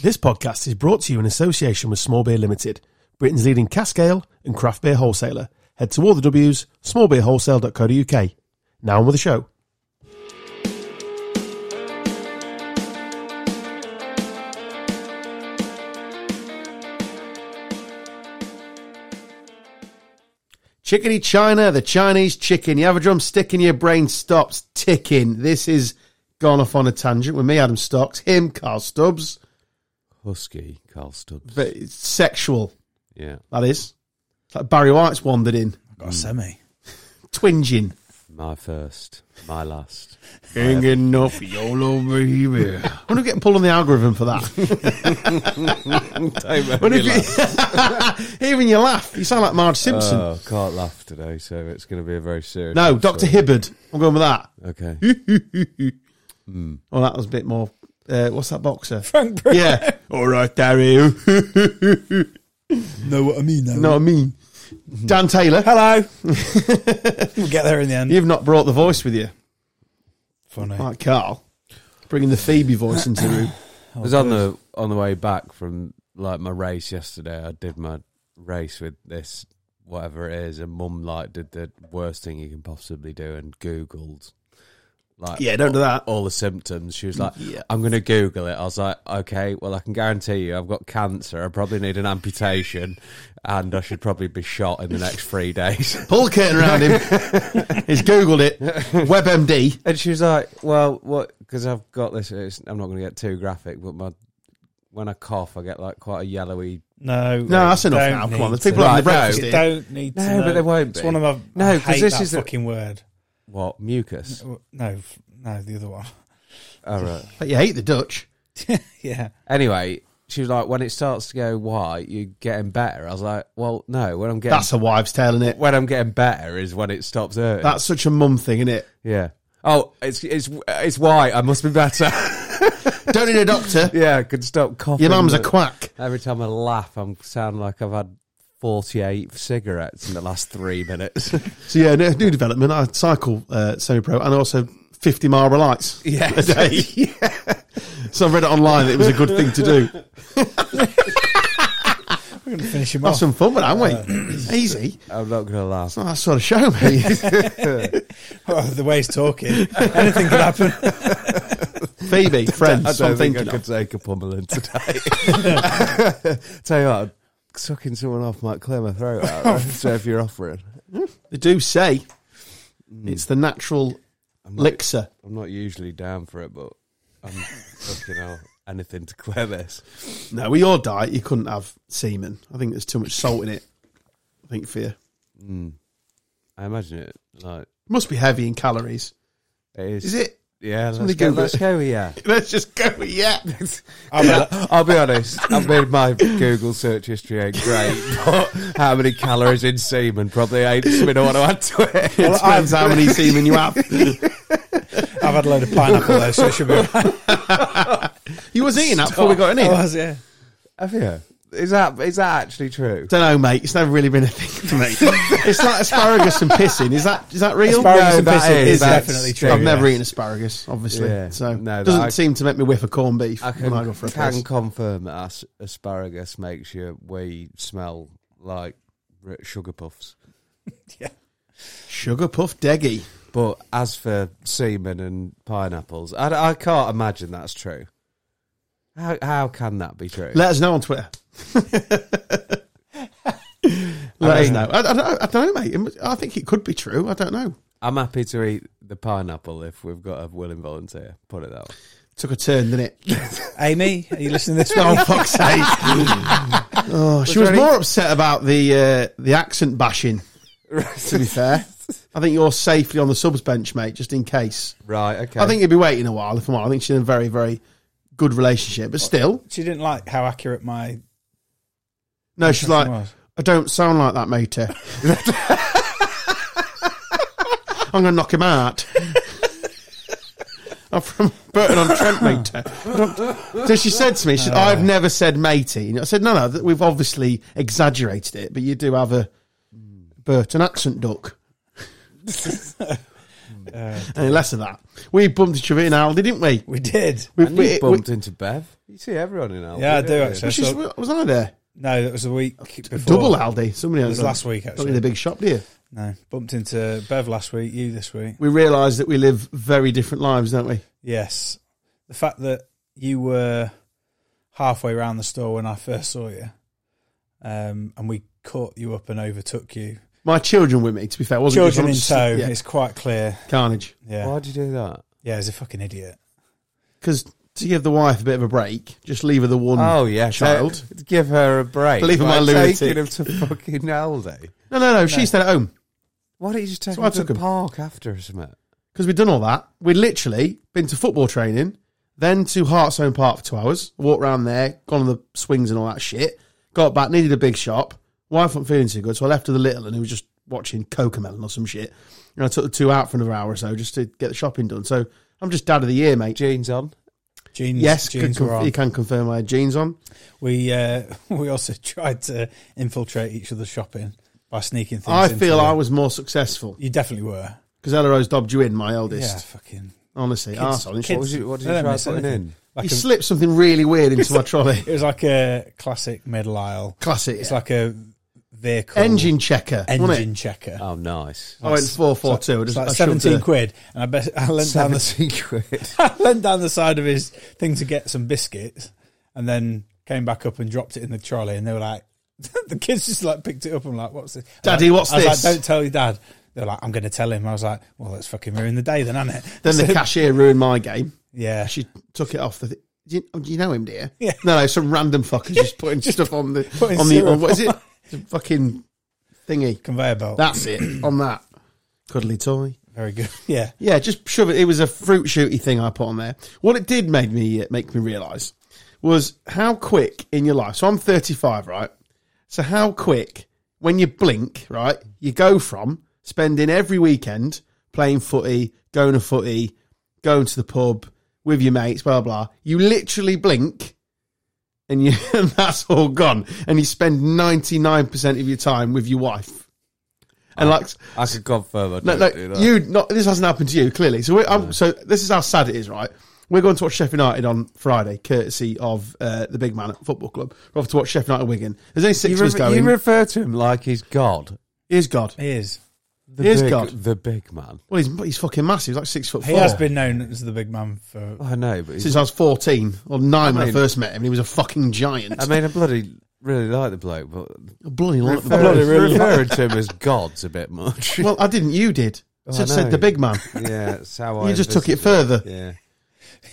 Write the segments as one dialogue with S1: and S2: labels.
S1: This podcast is brought to you in association with Small Beer Limited, Britain's leading cask ale and craft beer wholesaler. Head to all the W's, smallbeerwholesale.co.uk. Now on with the show. Chickeny China, the Chinese chicken. You have a drumstick and your brain stops ticking. This is Gone Off on a Tangent with me, Adam Stocks, him, Carl Stubbs.
S2: Husky, Carl Stubbs.
S1: But it's sexual,
S2: yeah,
S1: that is. It's like Barry White's wandered in,
S3: Got a semi.
S1: twinging.
S2: my first, my last.
S1: Hanging off YOLO baby. I wonder if we get pulled on the algorithm for that. Wonder if you- even you laugh. You sound like Marge Simpson.
S2: Oh, can't laugh today, so it's going to be a very serious.
S1: no,
S2: episode.
S1: Dr. Hibbard. I'm going with that.
S2: Okay.
S1: Well, that was a bit more. Uh, what's that boxer?
S3: Frank
S1: Yeah. All right, Darry.
S3: Know what I mean? Though.
S1: know what I mean? Dan Taylor,
S3: Hello. we'll get there in the end.
S1: you've not brought the voice with you.
S3: Funny.
S1: Like Carl. Bringing the Phoebe voice into the room.
S2: I was on the on the way back from like my race yesterday. I did my race with this whatever it is, and Mum like did the worst thing you can possibly do and googled like
S1: Yeah, don't do that.
S2: all the symptoms. She was like,
S1: Yeah.
S2: I'm going to Google it. I was like, okay, well, I can guarantee you I've got cancer. I probably need an amputation and I should probably be shot in the next three days.
S1: Pull the curtain around him. He's Googled it. WebMD.
S2: and she was like, well, what? Because I've got this. It's, I'm not going to get too graphic, but my when I cough, I get like quite a yellowy.
S3: No.
S1: No, that's enough
S3: don't
S1: now. Come
S3: need
S1: on, the
S3: to.
S1: people having the
S2: Right, no.
S1: breakfast
S3: You
S1: here.
S3: don't need to.
S2: No,
S3: know.
S2: but they won't
S3: It's
S2: be.
S3: one of my.
S2: No,
S3: No,
S2: 'cause
S3: because
S2: this
S3: this
S2: is a-
S3: fucking word.
S2: What mucus?
S3: No, f- no, the other one.
S2: All Oh, right.
S1: But you hate the Dutch.
S3: yeah.
S2: Anyway, she was like, when it starts to go white, you're getting better. I was like, well, no. When I'm getting
S1: That's a wives' tale, is it?
S2: when I'm getting better is when it stops hurting.
S1: That's such a mum thing, isn't it?
S2: yeah. Oh, it's it's it's white. I must be better.
S1: Don't need a doctor.
S2: Yeah, I could stop coughing.
S1: Your mum's a
S2: but
S1: quack.
S2: Every time I laugh, I'm sound like I've had 48 cigarettes in the last three minutes.
S1: So yeah, new, new development. I cycle uh, semi-pro and also 50 Marlboro Lights
S2: Yeah.
S1: a day. So I read it online that it was a good thing to do.
S3: We're going to finish him
S1: Have
S3: off.
S1: some fun with that, haven't we? Easy.
S2: I'm not going to laugh.
S1: Not that sort of show, mate.
S3: Oh, the way he's talking. Anything could happen.
S1: Phoebe, friends,
S2: I
S1: that's what
S2: don't
S1: I'm
S2: think I
S1: thinking.
S2: could
S1: of.
S2: take a pummeling today. Tell you what, sucking someone off might clear my throat out. so if you're offering,
S1: They do say it's the natural elixir.
S2: I'm not usually down for it, but I'm fucking hell, anything to clear this.
S1: No, with your diet, you couldn't have semen. I think there's too much salt in it. I think for you.
S2: Hmm. I imagine it like
S1: Must be heavy in calories.
S2: it is.
S1: Is it?
S2: Yeah, let's
S1: Somebody
S2: go,
S1: Google
S2: let's
S1: it.
S2: go. Yeah.
S1: Let's just go, yeah.
S2: I'll be honest. I mean, my Google search history ain't great, but how many calories in semen probably ain't something I want to add to it.
S3: Well, I've,
S1: Depends how many semen you have.
S3: I've had a load of pineapple though, so it should be. Right.
S1: You was eating that before we got in
S3: I
S1: here.
S2: Oh.
S3: was, yeah.
S2: Have you? Is that is that actually true?
S1: Don't know, mate. It's never really been a thing for me. it's like asparagus and pissing. Is that is that real?
S3: Asparagus
S2: No,
S3: and
S2: that
S3: pissing
S2: is-
S3: is
S2: that's
S3: definitely
S2: true,
S3: true.
S1: I've never
S3: yes.
S1: eaten asparagus, obviously.
S2: Yeah.
S1: So
S2: No, that
S1: doesn't
S2: I-
S1: seem to make me whiff a corned beef
S2: I
S1: when
S2: can,
S1: I go for a
S2: can
S1: piss.
S2: confirm that as- asparagus makes your wee smell like r- sugar puffs.
S1: Sugar puff deggy.
S2: But as for semen and pineapples, I, I can't imagine that's true. How how can that be true?
S1: Let us know on Twitter. Let us know. I, I, don't- I don't know, mate. I think it could be true. I don't know.
S2: I'm happy to eat the pineapple if we've got a willing volunteer. Put it that way.
S1: Took a turn, didn't it?
S3: Amy, are you listening this
S1: Oh
S3: one?
S1: fuck's sake! oh, she was
S2: there any-
S1: more upset about the uh, the accent bashing. To be fair, I think you're safely on the subs bench, mate. Just in case,
S2: Right. Okay.
S1: I think you'd be waiting a while. If I'm honest. I think she's in a very very good relationship, but still,
S3: She didn't like how accurate my.
S1: no, she's like,
S3: was.
S1: I don't sound like that, mate. I'm gonna knock him out. I'm from Burton on Trent, mate. So she said to me, she said, I've
S3: Uh.
S1: never said matey. And I said, no, no, th- we've obviously exaggerated it, but you do have a Burton accent duck. Any less of that. We bumped each other in Aldi, didn't we?
S3: uh, We did.
S1: We,
S2: And
S1: we-
S2: you
S1: we-
S2: bumped into Bev. You see everyone in Aldi.
S3: Yeah, I do,
S2: don't you?
S3: actually.
S1: she's- was I there?
S3: No, that was a week before.
S1: Double Aldi. Somebody
S3: It was
S1: else-
S3: last week,
S1: Not
S3: actually.
S1: in a big shop, do you?
S3: No, bumped into Bev last week. You this week.
S1: We realise that we live very different lives, don't we?
S3: Yes, the fact that you were halfway around the store when I first saw you, um, and we caught you up and overtook you.
S1: My children with me, to be fair. Wasn't it?
S3: Children in
S1: Just-
S3: tow.
S1: Yeah,
S3: It's quite clear.
S1: carnage.
S3: Yeah,
S2: Why'd you do that?
S3: yeah. He's a fucking idiot.
S1: Because to give the wife a bit of a break, just leave her the one.
S2: Oh yeah,
S1: Um, child.
S2: so- give her a break.
S1: Leave her
S2: by
S1: my lunatic.
S2: Taking him to fucking Aldi.
S1: No, no, no, She stayed at home.
S2: Why don't you just take
S1: So
S2: him
S1: I
S2: to
S1: took
S2: the
S1: him.
S2: park after or something?
S1: Because we'd done all that. We'd literally been to football training, then to Hearts Own Park for two hours, walked around there, gone on the swings and all that shit, got back, needed a big shop. Wife wasn't feeling too good, so I left her the little and who was just watching Cocomelon or some shit. And I took the two out for another hour or so just to get the shopping done. So I'm just dad of the year, mate.
S2: Jeans on.
S3: Jeans,
S1: Yes,
S3: jeans
S1: can,
S3: were on.
S1: you can confirm I had jeans on.
S3: We uh, we also tried to infiltrate each other's shopping by sneaking things.
S1: I
S3: into
S1: feel
S3: them.
S1: I was more successful
S3: You definitely were.
S1: because Ella Rose dobbed you in, my
S3: Yeah,
S1: eldest.
S3: fucking.
S1: Honestly,
S3: Kids-
S1: arsehole.
S2: What was you? What did
S3: I
S2: you
S3: don't
S2: try
S3: miss
S2: putting
S3: anything.
S2: in?
S3: Like
S1: He
S3: a,
S1: slipped something really weird into my trolley.
S3: it was like a classic middle aisle.
S1: Classic.
S3: It's like a vehicle
S1: engine checker. wasn't it?
S3: engine checker.
S2: Oh, nice.
S1: I went four four two.
S3: It's
S1: Just
S3: like
S1: I shoved a-
S3: seventeen quid, and I bet I leant down the
S2: Seventeen quid.
S3: I leant down the side of his thing to get some biscuits, and then came back up and dropped it in the trolley, and they were like, the kids just like picked it up. and like, what's this,
S1: Daddy,
S3: I was
S1: what's
S3: like- I was
S1: this?
S3: like, Don't tell your dad. They're like, I'm going to tell him. I was like, well, that's fucking ruin the day then, hasn't it?
S1: Then the cashier ruined my game.
S3: Yeah,
S1: She took it off the. Th- do, you, oh, do you know him, dear?
S3: Yeah.
S1: No, no. Some random fucker's just putting stuff on the
S3: putting
S1: on the
S3: syrup
S1: on, what is it? The fucking thingy.
S3: conveyor belt.
S1: That's it. On that cuddly toy.
S3: Very good. Yeah,
S1: Yeah, just shove it. It was a fruit shooty thing I put on there. What it did made me uh, make me realise was how quick in your life. So I'm 35, right? So how quick when you blink, right? You go from spending every weekend playing footy, going to footy, going to the pub with your mates, blah blah. You literally blink, and you and that's all gone. And you spend 99 percent of your time with your wife. And like
S2: I could confirm. I
S1: no,
S2: don't
S1: no,
S2: do that.
S1: you not. This hasn't happened to you clearly. So, we're, I'm, so this is how sad it is, right? We're going to watch Sheffield United on Friday, courtesy of uh, the big man at Football Club. We're off to watch Sheffield United Wigan. There's only six
S2: You
S1: of us
S2: refer, you
S1: going.
S2: refer to him like he's God.
S1: he's God.
S3: he is.
S2: The
S1: He is
S2: big,
S1: God.
S2: The big man.
S1: Well, he's he's fucking massive. He's like six foot
S3: He
S1: four.
S3: has been known as the big man for.
S2: I know, but he's,
S1: since I was fourteen or nine when I
S2: mean-
S1: first met him. and He was a fucking giant.
S2: I mean, I bloody really like the bloke, but
S1: A bloody lot.
S2: refer, referring to him as God's a bit much.
S1: well, I didn't. You did.
S2: Oh, I
S1: said, said
S2: know.
S1: the big man.
S2: yeah, that's how I
S1: You just took it
S2: envisaged
S1: further.
S2: Yeah.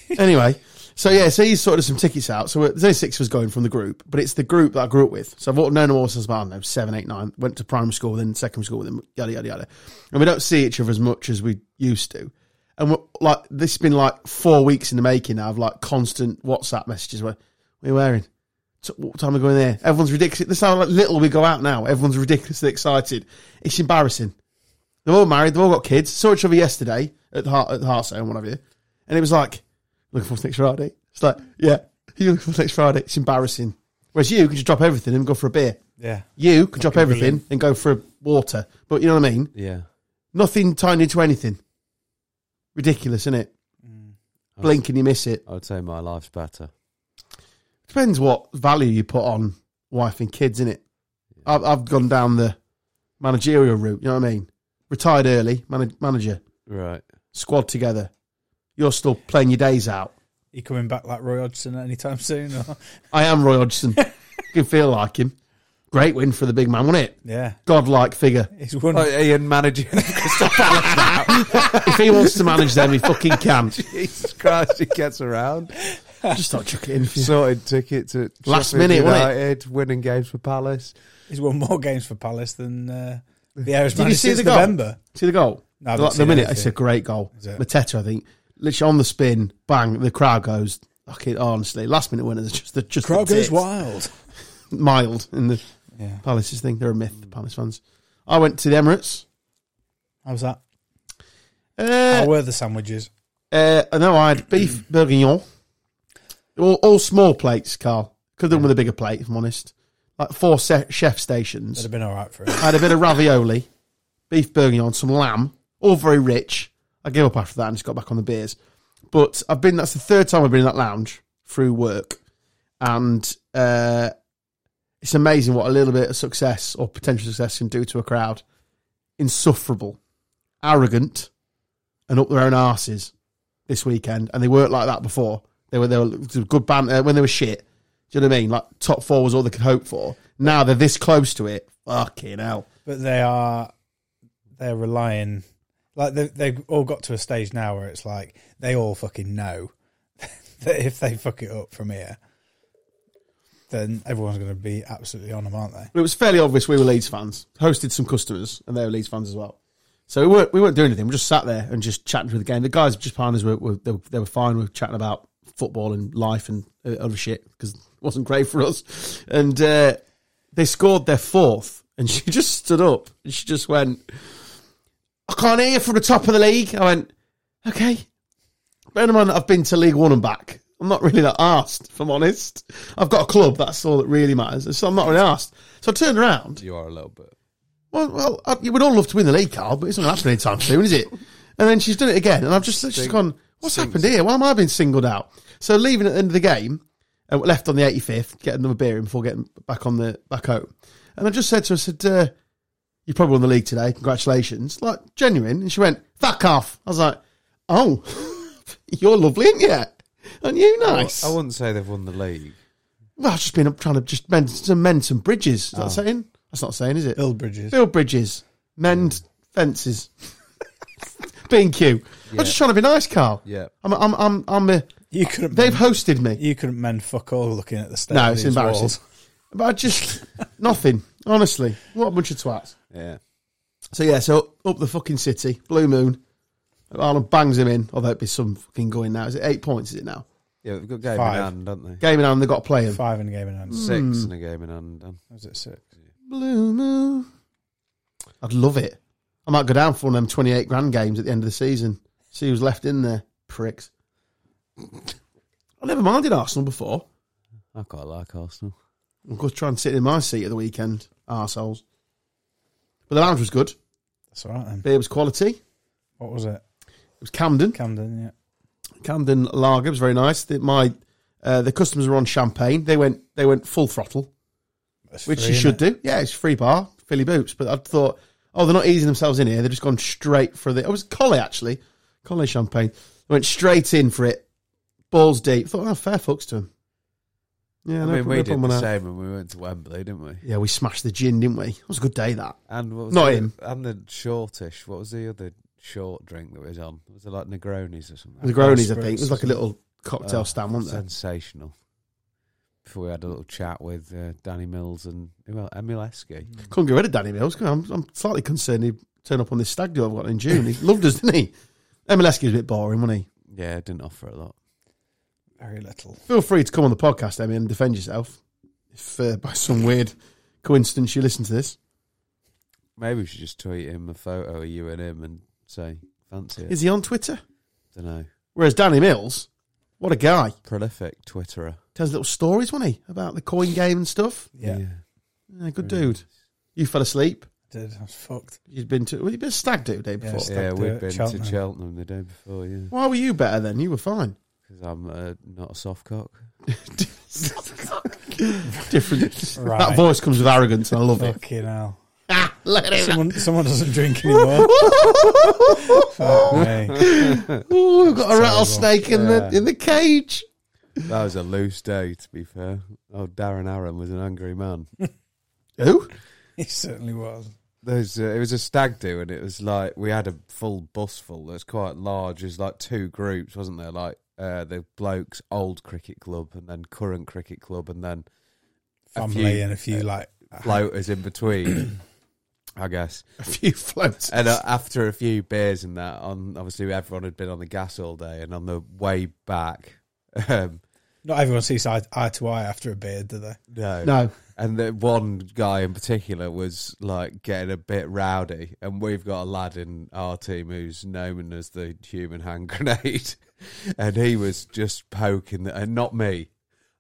S1: anyway, so yeah, so he's sorted some tickets out. So there's only six of us going from the group, but it's the group that I grew up with. So I've all- known them all since about, I don't know, seven, eight, nine. Went to primary school, then secondary school with them, yada, yada, yada. And we don't see each other as much as we used to. And we're, like, this has been like four weeks in the making now of like constant WhatsApp messages where, what are you wearing? T- What time are we going there? Everyone's ridiculous. This is how like, little we go out now. Everyone's ridiculously excited. It's embarrassing. They're all married. They've all got kids. Saw each other yesterday at the Heart, at the Heart Zone, whatever. And it was like, looking forward to next Friday. It's like, yeah, you looking forward to next Friday. It's embarrassing. Whereas you can just drop everything and go for a beer.
S3: Yeah,
S1: You can drop everything and go for a water. But you know what I mean?
S2: Yeah.
S1: Nothing tied into anything. Ridiculous, isn't it? Blink and you miss it.
S2: I would say my life's better.
S1: Depends what value you put on wife and kids, innit? I've, I've gone down the managerial route. You know what I mean? Retired early, manag manager,
S2: Right.
S1: squad together. You're still playing your days out.
S3: you coming back like Roy Hodgson anytime soon? Or?
S1: I am Roy Hodgson. can feel like him. Great win for the big man, wasn't it?
S3: Yeah,
S1: Godlike figure.
S3: he's won.
S2: Oh, Ian managing Crystal Palace now.
S1: If he wants to manage them, he fucking can.
S2: Jesus Christ, he gets around.
S1: Just not chuck it in for you.
S2: Sorted tickets at
S1: Last
S2: Sheffield
S1: minute, wasn't it?
S2: United, winning games for Palace.
S3: He's won more games for Palace than uh, the Irish
S1: Did you
S3: manager
S1: see
S3: since
S1: the goal?
S3: November.
S1: See the goal?
S3: No, I haven't
S1: the, the
S3: seen
S1: minute,
S3: anything.
S1: it's a great goal.
S3: it?
S1: Mateta, I think, literally on the spin, bang, the crowd goes. Fucking honestly, last minute winners just the just the
S3: Crowd
S1: tits.
S3: goes wild.
S1: mild in the
S3: Yeah.
S1: Palace's thing. They're a myth, the Palace fans. I went to the Emirates.
S3: How's that? How
S1: Uh,
S3: were the sandwiches?
S1: uh, no, I had beef bourguignon. All, all small plates, Carl. Could have done with a bigger plate, if I'm honest. Like four se- chef stations.
S3: That'd have been all right for it.
S1: I had a bit of ravioli, beef bourguignon, some lamb, all very rich. I gave up after that and just got back on the beers. But I've been, that's the third time I've been in that lounge through work. And uh, it's amazing what a little bit of success or potential success can do to a crowd. Insufferable, arrogant, and up their own arses this weekend. And they weren't like that before. They were, they were it was good banter when they were shit. Do you know what I mean? Like top four was all they could hope for. Now they're this close to it. Fucking hell.
S3: but they are they're relying like they they've all got to a stage now where it's like they all fucking know that if they fuck it up from here then everyone's going to be absolutely on them aren't they
S1: But it was fairly obvious we were Leeds fans. Hosted some customers, and they were Leeds fans as well. So we weren't we weren't doing anything. We just sat there and just chatting through the game. The guys just partners were, were they, were they were fine. We were chatting about football and life and uh, other shit because it wasn't great for us. And uh, they scored their fourth, and she just stood up and she just went, "I can't hear from the top of the league." I went, "Okay." Bear in mind that I've been to League One and back. I'm not really that asked, if I'm honest. I've got a club. That's all that really matters. So I'm not really asked. So I turned around
S2: You are a little bit.
S1: well, well, I, we'd all love to win the league, Carl, but it's not happening anytime soon, is it? And then she's done it again, and I've just she's gone, what's happened here? Why am I being singled out? So leaving at the end of the game, uh, left on the 85th, get another beer in before getting back on the back home. And I just said to her, I said, uh, you probably won the league today. Congratulations. Like, genuine. And she went, fuck off. I was like, oh, you're lovely, aren't you? Aren't you nice?
S2: I wouldn't say they've won the league.
S1: well, I've just been up trying to just mend, to mend some bridges. Is that saying? That's not saying, is it?
S3: build bridges
S1: build bridges, mend fences. Being cute. I'm just trying to be nice, Carl.
S2: Yeah.
S1: I'm. I'm. I'm. I'm a,
S3: you couldn't
S1: they've
S3: mend,
S1: hosted me.
S3: you couldn't mend fuck all looking at the stage
S1: No, it's
S3: these
S1: embarrassing.
S3: walls.
S1: But I just nothing. Honestly, what a bunch of twats.
S2: Yeah.
S1: So yeah, so up the fucking city, blue moon. Ireland bangs him in. Although it'd be some fucking going now. Is it eight points? Is it now?
S2: Yeah, they've got a game
S3: Five.
S2: in hand, don't they?
S1: Game in hand. They got to play him.
S3: five in a game in hand
S2: Six
S1: Hmm.
S2: and a game in hand. done.
S3: was it six
S1: Blue moon. I'd love it. I might go down for one of them twenty-eight grand games at the end of the season. See who's left in there, pricks. I never minded Arsenal before.
S2: I quite like Arsenal.
S1: I'm going to try and sit in my seat at the weekend, arseholes. But the lounge was good.
S3: that's all right then
S1: Beer was quality. It
S3: what was it
S1: was Camden.
S3: Camden yeah
S1: Camden Lager was very nice. The, my uh, the customers were on champagne. They went they went full throttle,
S3: That's
S1: which
S3: three,
S1: you should do.
S3: innit?
S1: Yeah, it's free bar, Philly Boots. But I thought, oh, they're not easing themselves in here. They've just gone straight for the. It was Collie actually, Collie champagne. They went straight in for it, balls deep. Thought, oh, fair fucks to them. Yeah,
S2: I
S1: no,
S2: mean, we
S1: no
S2: did
S1: problem
S2: the
S1: with that.
S2: same when we went to Wembley, didn't we?
S1: Yeah, we smashed the gin, didn't we? It was a good day that.
S2: And what was
S1: Not
S2: the-
S1: him.
S2: And the shortish. What was the other short drink that was on? Was it like Negronis or something?
S1: The Gronies, I
S3: Spirits.
S1: think. It was like a little cocktail
S2: Oh,
S1: stand, wasn't it?
S2: Sensational. Before we had a little chat with uh, Danny Mills and well, Emileski.
S3: Mm.
S1: Couldn't get rid of Danny Mills. I'm, I'm slightly concerned he'd turn up on this stag do I've got in June. He loved us, didn't he? Emileski was a bit boring, wasn't he?
S2: Yeah, didn't offer a lot.
S3: very little
S1: Feel free to come on the podcast, Emmy, and defend yourself. If uh, by some weird coincidence you listen to this,
S2: Maybe we should just tweet him a photo of you and him and say, fancy it.
S1: is he on Twitter?
S2: don't know.
S1: Whereas Danny Mills, what a guy!
S2: Prolific Twitterer.
S1: Tells little stories, wasn't he, about the coin game and stuff?
S3: yeah,
S1: Yeah, good dude. You fell asleep.
S3: did I was fucked
S1: You'd been to well, you'd been a stag do day
S3: Yeah,
S1: before.
S3: stag-
S2: Yeah,
S3: do
S2: we'd
S3: at
S2: been
S3: Cheltenham.
S2: to Cheltenham the day before, yeah.
S1: Why were you better then? You were fine.
S2: Because I'm uh, not a soft cock.
S1: Different.
S3: Right.
S1: That voice comes with arrogance, and I love it.
S3: fucking hell
S1: Ah, look at him.
S3: someone someone doesn't drink anymore Fuck me.
S1: Ooh, we've got a
S3: terrible.
S1: rattlesnake in the
S2: Yeah.
S1: in the cage.
S2: That was a loose day, to be fair. Oh, Darren Aaron was an angry man.
S1: Who?
S3: He certainly was.
S2: There's, uh, it was a stag do, and it was like we had a full bus full that's quite large. There's like two groups, wasn't there? Like uh, the blokes, old cricket club, and then current cricket club, and then A
S3: Family
S2: few-
S3: and a few like
S2: floaters in between, I guess.
S1: A few floats.
S2: And uh, after a few beers and that, on obviously everyone had been on the gas all day, and on the way back, um,
S3: not everyone sees eye, eye to eye after a beer, do they?
S2: no,
S1: No,
S2: And the one guy in particular was like getting a bit rowdy, and we've got a lad in our team who's known as the human hand grenade, and he was just poking, the, and not me.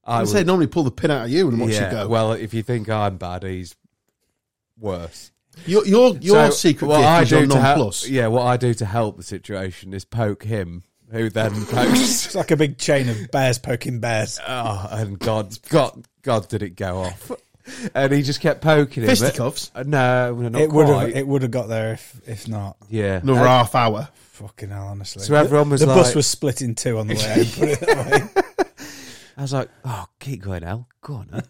S2: I
S1: I
S2: was,
S1: say normally pull the pin out of you and watch you go.
S2: Well, if you think I'm bad, he's worse.
S1: Your your your
S2: So
S1: secret
S2: what
S1: gift
S2: I
S1: is your
S2: do to
S1: non
S2: help-
S1: plus.
S2: Yeah, what I do to help the situation is poke him, who then pokes.
S3: It's like a big chain of bears poking bears.
S2: oh, and God, God, God, did it go off? And he just kept poking him.
S1: Fisticuffs.
S2: Uh, No, no, not
S3: it would have
S2: quite.
S3: it would have got there if if not.
S2: yeah.
S1: Another half hour.
S3: Fucking hell, honestly.
S2: So everyone was
S3: the bus
S2: like-
S3: was split in two on the way. home, put it that way.
S2: I was like, oh, keep going, Al. Go on, Al.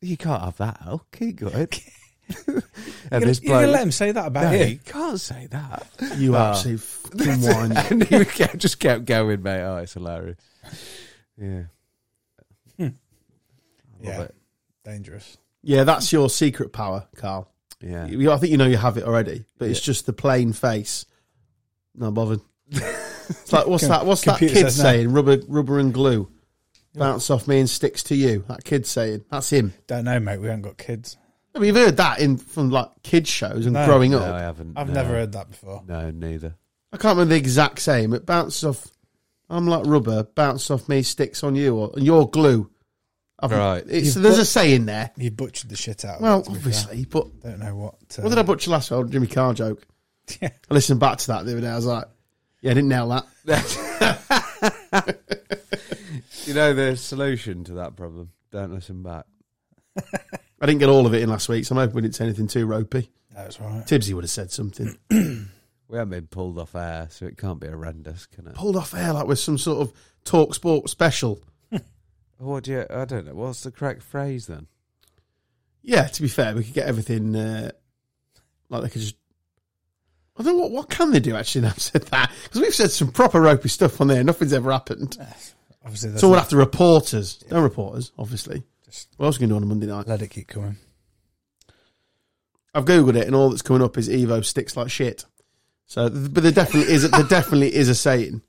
S2: you can't have that, Al. Keep going. and
S3: You're
S2: this
S3: gonna
S2: bloke,
S3: let him say that
S2: no,
S3: about
S2: you
S3: you?
S2: can't say that.
S1: You
S2: Ah.
S1: absolute fucking wine.
S2: and he kept, just kept going, mate. Oh, it's hilarious. Yeah.
S3: Hmm.
S2: I love
S3: Yeah.
S2: it.
S3: Dangerous.
S1: Yeah, that's your secret power, Carl.
S2: Yeah.
S1: You- I think you know you have it already, but it's
S2: Yeah.
S1: just the plain face. Not bothered. it's like what's
S3: Com-
S1: that? What's that
S3: computer
S1: kid
S3: says no.
S1: saying? Rubber, rubber and glue bounce off me and sticks to you. That kid saying that's him.
S3: Don't know, mate. We haven't got kids.
S1: I mean, you've heard that in from like kids shows and
S3: No.
S1: growing
S2: No,
S1: up.
S2: I haven't.
S3: I've
S2: no.
S3: never heard that before.
S2: No, neither.
S1: I can't remember the exact same. It bounces off. I'm like rubber, bounces off me, sticks on you, or and you're glue. I've-
S2: Right.
S1: It's,
S3: You've
S1: there's
S3: got-
S1: a saying there.
S3: You butchered the shit out. Of
S1: Well,
S3: it, to be fair.
S1: obviously, but
S3: don't know what. Uh,
S1: what did I butcher last time? Jimmy Carr joke.
S3: Yeah.
S1: I listened back to that the other day. I was like, yeah, I didn't nail that.
S2: You know the solution to that problem. Don't listen back.
S1: I didn't get all of it in last week, so I'm hoping we didn't say anything too ropey.
S3: That was right.
S1: Tibbsy would have said something.
S2: We haven't been pulled off air, so it can't be horrendous, can it?
S1: Pulled off air like with some sort of talk sport special.
S2: What do you? I don't know. What's the correct phrase then?
S1: Yeah, to be fair, we could get everything. Uh, like they could just. I don't know what what can they do actually. Now I've said that because we've said some proper ropey stuff on there. Nothing's ever happened.
S3: Obviously, that's
S1: So we'll have to report us. No reporters, obviously.
S3: Just-
S1: What else can you do on a Monday night?
S3: let it keep coming.
S1: I've googled it, and all that's coming up is Evo sticks like shit. So, th- but there definitely is there definitely is a saying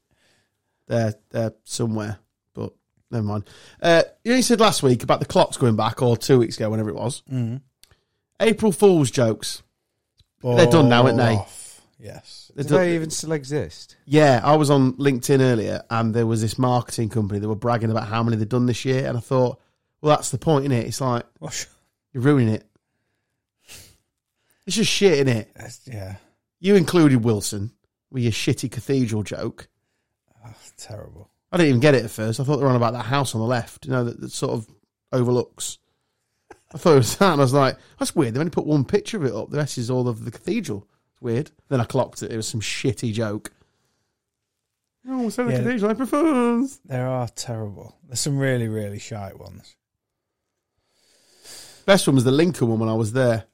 S1: there there somewhere. But never mind. Uh, you only said last week about the clocks going back, or two weeks ago, whenever it was.
S3: Mm.
S1: April Fools jokes. They're done now, aren't they?
S3: Off. Yes.
S1: They're
S2: Do
S1: done-
S2: they even still exist?
S1: Yeah, I was on LinkedIn earlier, and there was this marketing company that were bragging about how many they've done this year, and I thought, well, that's the point, innit? It's like
S3: Well, sh-
S1: you're ruining it. It's just shit, innit?
S3: that's- yeah.
S1: You included Wilson with your shitty cathedral joke.
S3: Oh, terrible.
S1: I didn't even get it at first. I thought they were on about that house on the left, you know, that, that sort of overlooks. I thought it was that, and I was like, that's weird. They only put one picture of it up. The rest is all of the cathedral. It's weird. Then I clocked it. It was some shitty joke. Oh, so the
S3: Yeah.
S1: cathedral I prefers.
S3: There are terrible. There's some really, really shite ones.
S1: Best one was the Lincoln one when I was there.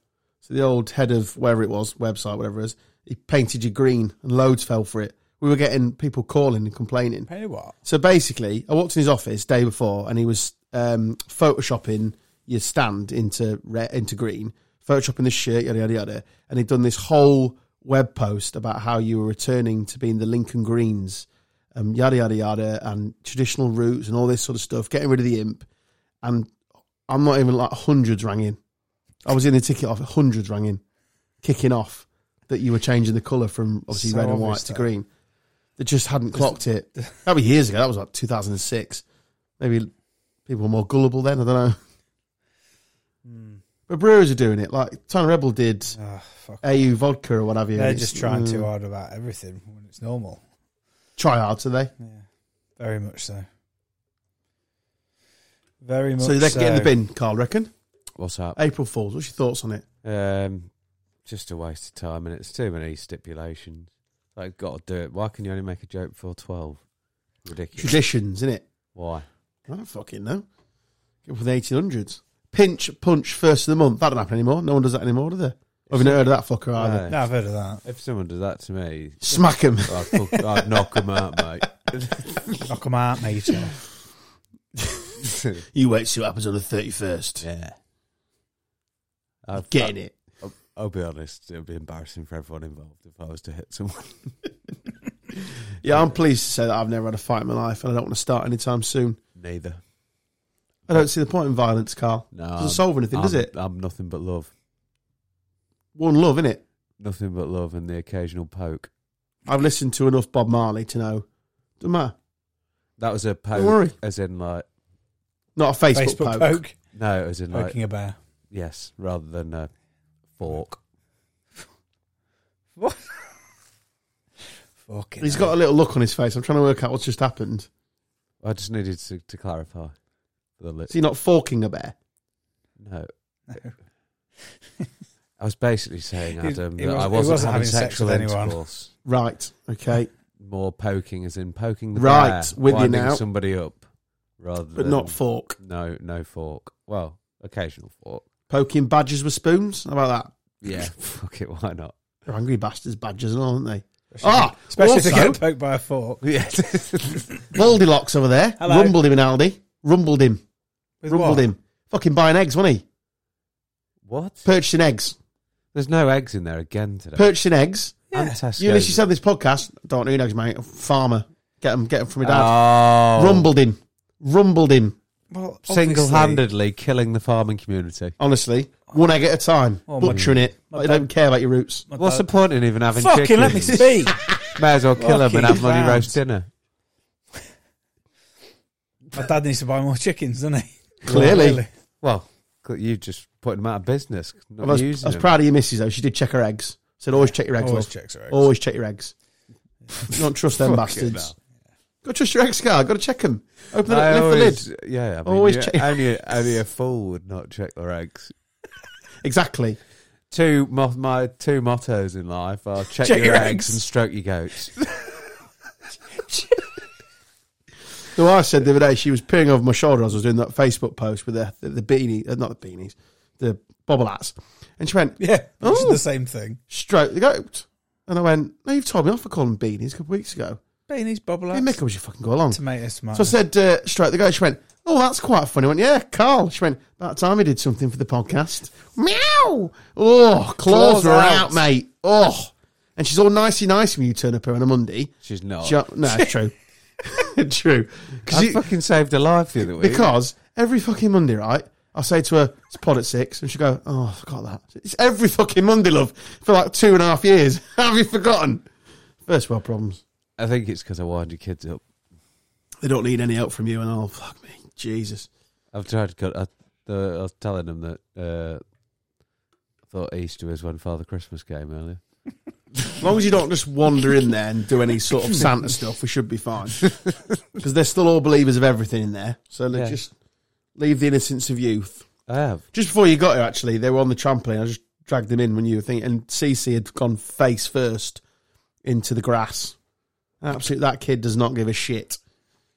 S1: So the old head of wherever it was, website, whatever it is, he painted you green and loads fell for it. We were getting people calling and complaining.
S3: Hey, what?
S1: So basically, I walked in his office day before, and he was um, photoshopping your stand into re- into green, photoshopping the shirt, yada yada yada, and he'd done this whole web post about how you were returning to being the Lincoln Greens, um, yada yada yada, and traditional roots and all this sort of stuff, getting rid of the imp, and I'm not even like hundreds rang in. I was in the ticket office, hundreds rang in, kicking off that you were changing the colour from obviously
S3: So
S1: red and
S3: obvious
S1: white to
S3: though.
S1: green. They just hadn't clocked it. That was years ago. That was like 2006. Maybe people were more gullible then. I don't know. Hmm.
S3: Mm.
S1: But breweries are doing it. Like Tiny Rebel did
S3: Oh, fuck.
S1: AU vodka or whatever. Mm.
S3: They're just trying too hard about everything when it's normal.
S1: Try hard, so they.
S3: Yeah. Very much so. Very much
S1: So they can get in the bin, Carl, reckon.
S2: What's up?
S1: April Fools, what's your thoughts on it?
S2: Um, just a waste of time, and it's too many stipulations. Like, got to do it. Why can you only make a joke before twelve? Ridiculous.
S1: Traditions, innit?
S2: Why?
S1: I don't fucking know. Get up with the 1800s. Pinch, punch, first of the month. That do not happen anymore. No one does that anymore, do they? I've never heard of that fucker either.
S2: No.
S3: No, I've heard of that.
S2: If someone did that to me,
S1: Smack him.
S2: I'd, fuck, I'd knock them out, mate.
S3: Knock 'em out, mate.
S1: You wait to see what happens on the 31st.
S2: yeah. I'd,
S1: Getting it.
S2: I'll, I'll be honest. It would be embarrassing for everyone involved if I was to hit someone.
S1: Yeah, I'm pleased to say that I've never had a fight in my life and I don't want to start anytime soon.
S2: Neither.
S1: I don't see the point in violence, Carl.
S2: No.
S1: Doesn't
S3: Um,
S2: I'm-
S1: solve anything, does
S2: I'm-
S1: it?
S2: I'm nothing but love.
S1: One love, innit?
S2: Nothing but love and the occasional poke.
S1: I've listened to enough Bob Marley to know. Doesn't matter.
S2: That was a poke.
S1: Don't worry.
S2: As in, like,
S1: Not a Facebook,
S3: Facebook
S1: poke.
S3: poke.
S2: no, as in, like,
S3: Poking a bear.
S2: yes, rather than a fork.
S3: Fucking.
S1: He's got a little look on his face. I'm trying to work out what's just happened.
S2: I just needed to, to clarify the
S1: Is
S2: list.
S1: he not forking a bear?
S2: No. I was basically saying,
S3: He-
S2: Adam,
S3: he
S2: that
S3: wasn't-
S2: I
S3: he
S2: wasn't, having,
S3: wasn't having sex
S2: sexual
S3: with anyone.
S2: intercourse.
S1: Right. Okay.
S2: More poking, as in poking the
S1: Right,
S2: bear,
S1: with you
S2: winding
S1: now.
S2: somebody up, rather
S1: But
S2: than
S1: not fork.
S2: no no fork. Well, occasional fork.
S1: Poking badgers with spoons? How about
S2: Yeah, fuck it, why not?
S1: that? They're angry bastards, badgers and all, aren't they?
S3: Ah,
S1: Ah,
S3: especially if they
S1: also-
S3: get poked by a fork.
S2: Yeah,
S1: Goldilocks over there.
S3: Hello.
S1: Rumbled him in Aldi. Rumbled him.
S3: With
S1: rumbled
S3: what?
S1: him. Fucking buying eggs, wasn't he?
S2: what?
S1: Purchasing eggs.
S2: There's no eggs in there again today.
S1: Purchasing eggs.
S2: And Tesco.
S1: You literally said this podcast. Don't need eggs, mate. Farmer. Get them, get them from your dad.
S2: Oh,
S1: Rumbled him. Rumbled him.
S3: Well, obviously-
S2: single-handedly killing the farming community.
S1: Honestly. One egg at a time.
S3: Oh, my-
S1: butchering it.
S3: my
S1: Like, they don't care about your roots.
S2: What's the point in even having
S3: Fucking
S2: chickens?
S3: let me speak.
S2: May as well kill them and
S3: Fucking
S2: have money roast
S3: rounds.
S2: dinner.
S3: My dad needs to buy more chickens, doesn't he?
S1: Clearly.
S2: Well, you just put them out of business. Not
S1: I was,
S2: using
S1: I was
S2: them.
S1: proud of your missus though. She did check her eggs. Said always check your eggs.
S3: Always
S1: love.
S3: checks her eggs.
S1: Always check your eggs. Don't trust them
S2: Fucking
S1: bastards. Got to trust your eggs, guy. Got to check them. Open the, lift the lid.
S2: Yeah, I mean,
S1: Always
S2: you-
S1: check-
S2: Only, only a fool would not check their eggs.
S1: Exactly.
S2: Two mo- my two mottos in life are check,
S3: Check
S2: your,
S3: your
S2: eggs.
S3: eggs.
S2: and stroke your goats.
S1: The wife said the other day she was peering over my shoulder as I was doing that Facebook post with the the, the beanie, uh, not the beanies, the bobble hats, and she went
S3: Yeah, which is
S1: Oh.
S3: the same thing.
S1: stroke the goat, and I went, no, you've told me off for calling them beanies a couple of weeks ago.
S3: Beanies, bubble
S1: Hey,
S3: ups,
S1: Mick, would you fucking go along?
S3: tomatoes,
S1: So I
S3: tomatoes.
S1: said, uh, straight the guy. She went, Oh, that's quite funny. I went, Yeah, Carl. She went, That time he did something for the podcast. Meow. Oh, claws
S3: Claws
S1: were
S3: out.
S1: out, mate. Oh. And she's all nicey nice when you turn up here on a Monday.
S2: She's not.
S1: She- no, it's true. true. 'Cause
S2: I
S1: you-
S2: fucking saved a life the other week.
S1: because every fucking Monday, right? I say to her, It's pod at six. And she'll go, Oh, I forgot that. It's every fucking Monday, love, for like two and a half years. Have you forgotten? First world problems.
S2: I think it's because I wind your kids up.
S1: They don't need any help from you. And oh, fuck me. Jesus.
S2: I've tried to. Cut, I, the, I was telling them that uh, I thought Easter was when Father Christmas came earlier.
S1: As long as you don't just wander in there and do any sort of Santa stuff, we should be fine. Because they're still all believers of everything in there. So let's
S2: Yeah.
S1: just leave the innocence of youth.
S2: I have.
S1: Just before you got here, actually, they were on the trampoline. I just dragged them in when you were thinking, and Cece had gone face first into the grass. Absolutely, that kid does not give a shit.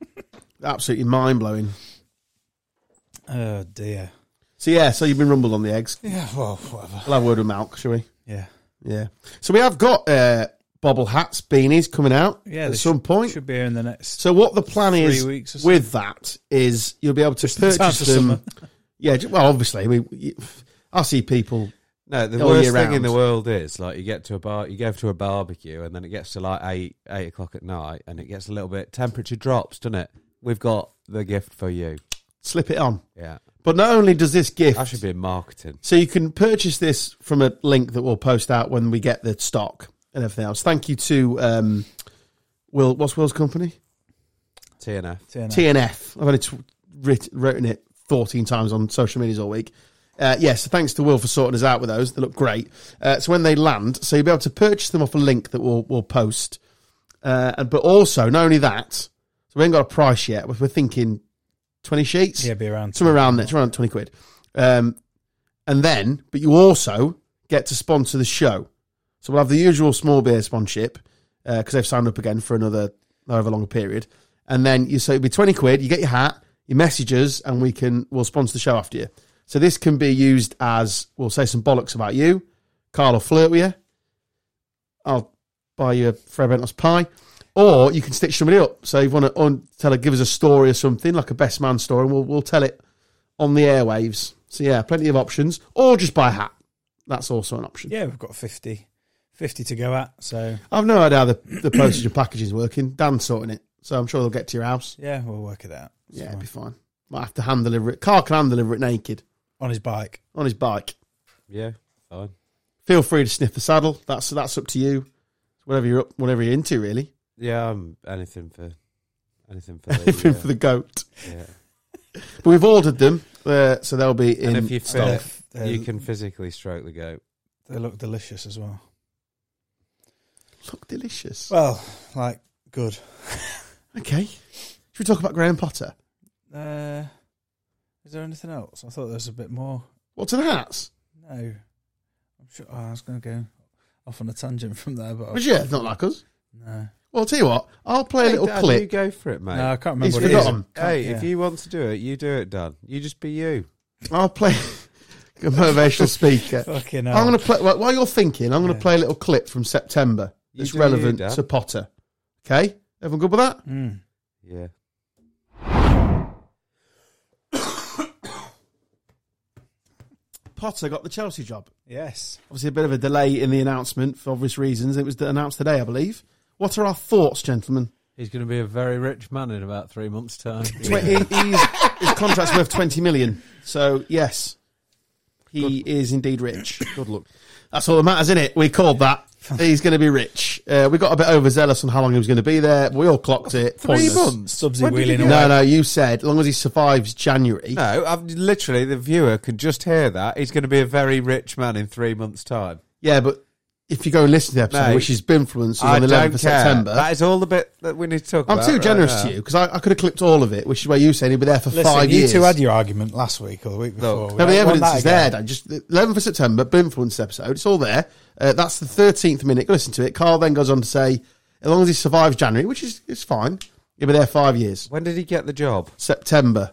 S1: Absolutely mind blowing.
S3: Oh dear.
S1: So yeah, so you've been rumbled on the eggs.
S3: Yeah. Well, whatever.
S1: I'll have a word with Malk, shall we?
S3: Yeah.
S1: Yeah. So we have got uh, bobble hats, beanies coming out
S3: Yeah.
S1: at
S3: they
S1: some
S3: should-
S1: point.
S3: should be here in the next.
S1: So what the plan
S3: Three
S1: is
S3: weeks or so.
S1: with that is you'll be able to
S3: in time
S1: purchase
S3: for
S1: them. yeah, ju- well, obviously, we, you- I see people.
S2: No, the
S1: all
S2: worst
S1: year
S2: thing in
S1: round.
S2: the world is like you get to a bar, you go to a barbecue, and then it gets to like eight eight o'clock at night, and it gets a little bit temperature drops, doesn't it? We've got the gift for you.
S1: Slip it on.
S2: Yeah,
S1: But not only does this gift,
S2: I should be in marketing.
S1: so you can purchase this from a link that we'll post out when we get the stock and everything else. Thank you to um, Will. What's Will's company?
S2: TNF.
S3: TNA.
S1: TNF. I've only t- writ- written it 14 times on social medias all week. Uh, yes, so thanks to Will for sorting us out with those. They look great. Uh, so when they land, so you'll be able to purchase them off a link that we'll, we'll post. Uh, and- but also, not only that, so we haven't got a price yet. We're we're thinking 20 sheets,
S3: Yeah, be around.
S1: somewhere around there, it's around 20 quid. Um, and then, but you also get to sponsor the show. So we'll have the usual small beer sponsorship because they've signed up again for another however long a period. And then you so it'll be twenty quid. You get your hat, your messages, and we can we'll sponsor the show after you. So this can be used as we'll say some bollocks about you. Carl will flirt with you. I'll buy you a Fred Bentos pie, or you can stitch somebody up. So if you want to un- tell, a, give us a story or something like a best man story, and we'll we'll tell it on the airwaves. So yeah, plenty of options, or just buy a hat. That's also an option.
S3: Yeah, we've got 50, 50 to go at. So
S1: I've no idea how the, the postage and packaging's working. Dan's sorting it, so I'm sure they'll get to your house.
S3: yeah, we'll work it out. It's
S1: Yeah,
S3: fine.
S1: it'll be fine. Might have to hand deliver it. Carl can hand deliver it naked
S3: on his bike.
S1: on his bike.
S2: Yeah, fine.
S1: Feel free to sniff the saddle. That's that's up to you. Whatever you're up, whatever you're into, really.
S2: Yeah, I'm anything for anything for
S1: Anything
S2: the, uh,
S1: for the goat.
S2: yeah, yeah.
S1: But we've ordered them, uh, so they'll be in. Um,
S2: And if you
S1: stock.
S2: fit,
S3: Uh,
S2: you can physically stroke the goat.
S3: They look delicious as well.
S1: Look delicious.
S3: Well, like good.
S1: okay. Should we talk about Graham Potter?
S3: Uh, is there anything else? I thought there was a bit more.
S1: What's in the hats?
S3: No, I'm sure oh, I was going to go off on a tangent from there, but I-
S1: But yeah, not like us.
S3: no,
S1: Well, I'll tell you what. I'll play a little
S2: Dad, You
S1: clip.
S2: go for it, mate.
S3: no, I can't remember.
S1: He's
S3: what it is.
S1: forgotten.
S3: Can't-
S2: Hey,
S3: yeah.
S2: if you want to do it, you do it, Dan. You just be you.
S1: I'll play a motivational speaker.
S3: fucking,
S1: I'm
S3: hell.
S1: going to play. Well, while you're thinking, I'm going to
S3: Yeah.
S1: play a little clip from September
S2: You
S1: that's
S2: do you,
S1: relevant
S2: Dan.
S1: to Potter. Okay, everyone good with that?
S3: Mm.
S2: Yeah.
S1: Potter got the Chelsea job.
S3: Yes.
S1: Obviously, a bit of a delay in the announcement for obvious reasons. It was announced today, I believe. What are our thoughts, gentlemen?
S2: He's going to be a very rich man in about three months' time.
S1: Twen- he- he's- his contract's worth 20 million. So, yes, he is indeed rich.
S2: Good luck.
S1: That's all that matters, isn't it? We called that. He's going to be rich. Uh, we got a bit overzealous on how long he was going to be there. but We all clocked it. Pointless.
S3: Subsy
S2: When did
S3: wheeling
S2: you-
S3: away.
S1: No, no, you said, as long as he survives January.
S2: No, I've, literally, the viewer could just hear that. He's going to be a very rich man in three months' time.
S1: Yeah, but if you go and listen to the episode,
S2: Mate,
S1: which is Binfluence
S2: I
S1: on the 11th
S2: don't
S1: of
S2: care.
S1: September.
S2: That is all the bit that we need to talk
S1: I'm
S2: about.
S1: too
S2: right
S1: generous
S2: now.
S1: to you because I, I could have clipped all of it, which is why you said he'd be there for
S3: Listen,
S1: five
S3: you
S1: years.
S3: two had your argument last week or the week before.
S2: Look,
S1: No,
S3: We
S1: the
S3: don't want
S1: evidence
S3: that
S1: is there,
S3: again.
S1: Dan. Just the 11th of September, Binfluence episode. It's all there. Uh, that's the 13th minute. Go listen to it. Carl then goes on to say, as long as he survives January, which is it's fine, he'll be there five years.
S2: When did he get the job?
S1: September.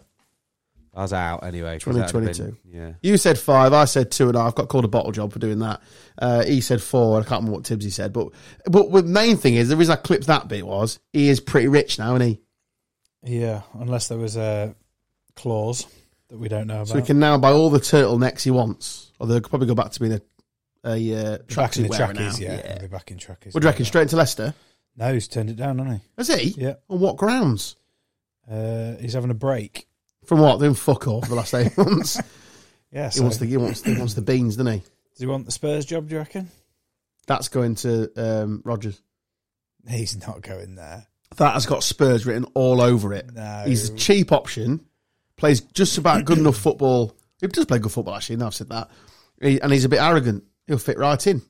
S2: I was out anyway. 'cause that'd have been-
S1: 2022.
S2: Yeah.
S1: You said five. I said two and a half. Got called a bottle job for doing that. Uh, he said four. and I can't remember what Tibbs he said, but but the main thing is the reason I clipped that bit was he is pretty rich now, isn't he?
S3: Yeah, unless there was a clause that we don't know about.
S1: So he can now buy all the turtlenecks he wants. Although they'll probably go back to being a a uh,
S3: Back
S1: tracksuit
S3: in the
S1: wearer now.
S3: trackies, yeah. They'll be back in trackies.
S1: What do you reckon? Straight into Leicester?
S3: No, he's turned it down, hasn't
S1: Has he?
S3: he? Yeah.
S1: On what grounds?
S3: Uh, he's having a break.
S1: From what? Doing fuck all for the last eight months.
S3: Yeah,
S1: he
S3: so
S1: wants the he wants the, he wants the beans, doesn't he?
S3: does he want the Spurs job, do you reckon?
S1: That's going to um, Rogers.
S3: He's not going there.
S1: That has got Spurs written all over it.
S3: No.
S1: He's a cheap option. Plays just about good enough football. He does play good football, actually. Now I've said that. He, and he's a bit arrogant. He'll fit right in.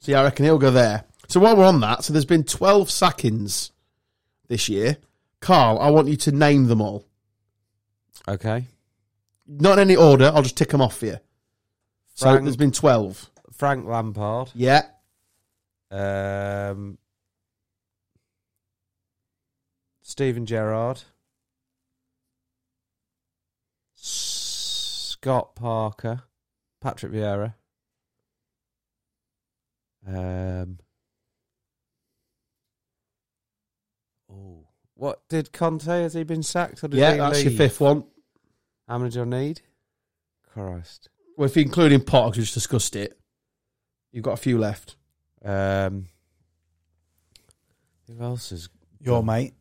S1: So yeah, I reckon he'll go there. So while we're on that, so there's been 12 sackings this year. Carl, I want you to name them all.
S2: Okay.
S1: Not in any order. I'll just tick them off for you. So
S2: Frank-
S1: there's been 12.
S2: Frank Lampard.
S1: Yeah.
S2: Um, Stephen Gerrard. Scott Parker. Patrick Vieira. Um, oh, what did Conte? Has he been sacked? Or did
S1: yeah,
S2: he
S1: that's
S2: leave?
S1: your fifth one.
S2: How many do I need? Christ.
S1: Well, if you include in Potter, 'cause we just discussed it, you've got a few left.
S2: Um, who else is?
S3: Your mate.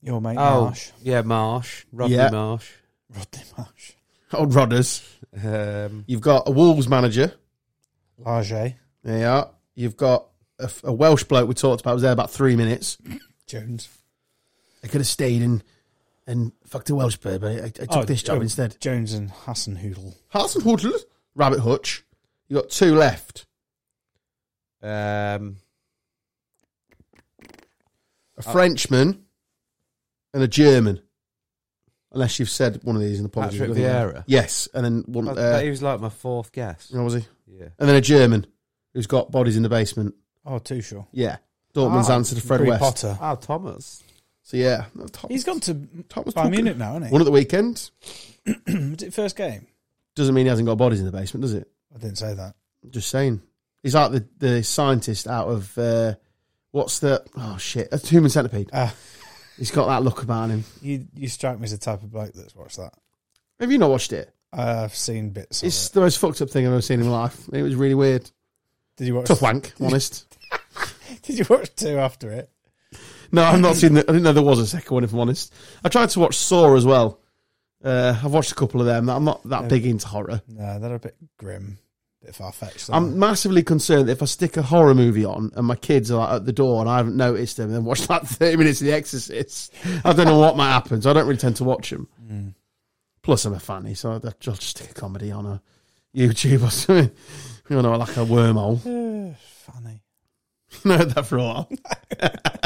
S3: Your mate,
S2: Oh.
S3: Marsh.
S2: Yeah, Marsh. Rodney
S1: Yeah.
S2: Marsh.
S3: Rodney Marsh.
S1: Old Rodders.
S2: Um,
S1: Oh, You've got a Wolves manager.
S3: Large.
S1: There you are. You've got a, a Welsh bloke we talked about was there about three minutes.
S3: Jones.
S1: I could have stayed and and fucked a Welsh bird, but I, I took
S2: Oh,
S1: this job
S3: Jo-
S1: instead.
S3: Jones and Hassan Hoodle.
S1: Hearts and Hoodle, Rabbit Hutch. You got two left.
S2: um,
S1: A
S2: Uh,
S1: Frenchman and a German. Unless you've said one of these and apologies.
S2: Patrick
S1: I think-
S2: Vieira?
S1: Yes, and then one.
S2: that-
S1: Uh,
S2: that- he was like my fourth guess.
S1: where was he?
S2: Yeah.
S1: And then a German who's got bodies in the basement.
S3: Oh, too sure.
S1: Yeah, Dortmund's
S2: Ah,
S1: answer to Fred
S3: Harry
S1: West.
S3: Potter.
S2: Ah, Thomas.
S1: So yeah, Tom,
S3: He's gone to
S1: Thomas
S3: Bayern
S1: Tuchel.
S3: Munich now, isn't he?
S1: One at the weekend
S3: Was it first game?
S1: doesn't mean he hasn't got bodies in the basement, does it?
S3: I didn't say that.
S1: Just saying. He's like the, the scientist out of uh, what's the oh shit, a human centipede.
S3: Ah.
S1: He's got that look about him.
S3: You you strike me as the type of bloke that's watched that.
S1: Have you not watched it?
S3: I've seen bits. Of
S1: It's
S3: it.
S1: the most fucked up thing I've ever seen in my life. It was really weird.
S3: Did you watch?
S1: Tough wank, honest.
S3: Did you watch two after it?
S1: No, I've not seen. The, I didn't know there was a second one. If I'm honest, I tried to watch Saw as well. Uh, I've watched a couple of them. I'm not that
S3: No.
S1: big into horror.
S3: No, they're a bit grim, a bit far fetched.
S1: I'm massively concerned that if I stick a horror movie on and my kids are like at the door and I haven't noticed them and then watch like 30 minutes of The Exorcist, I don't know what might happen. So I don't really tend to watch them. Plus, I'm a fanny, so I'll just stick a comedy on. A, YouTube or something. You know, like a wormhole.
S3: Uh, funny.
S1: You heard that for a while.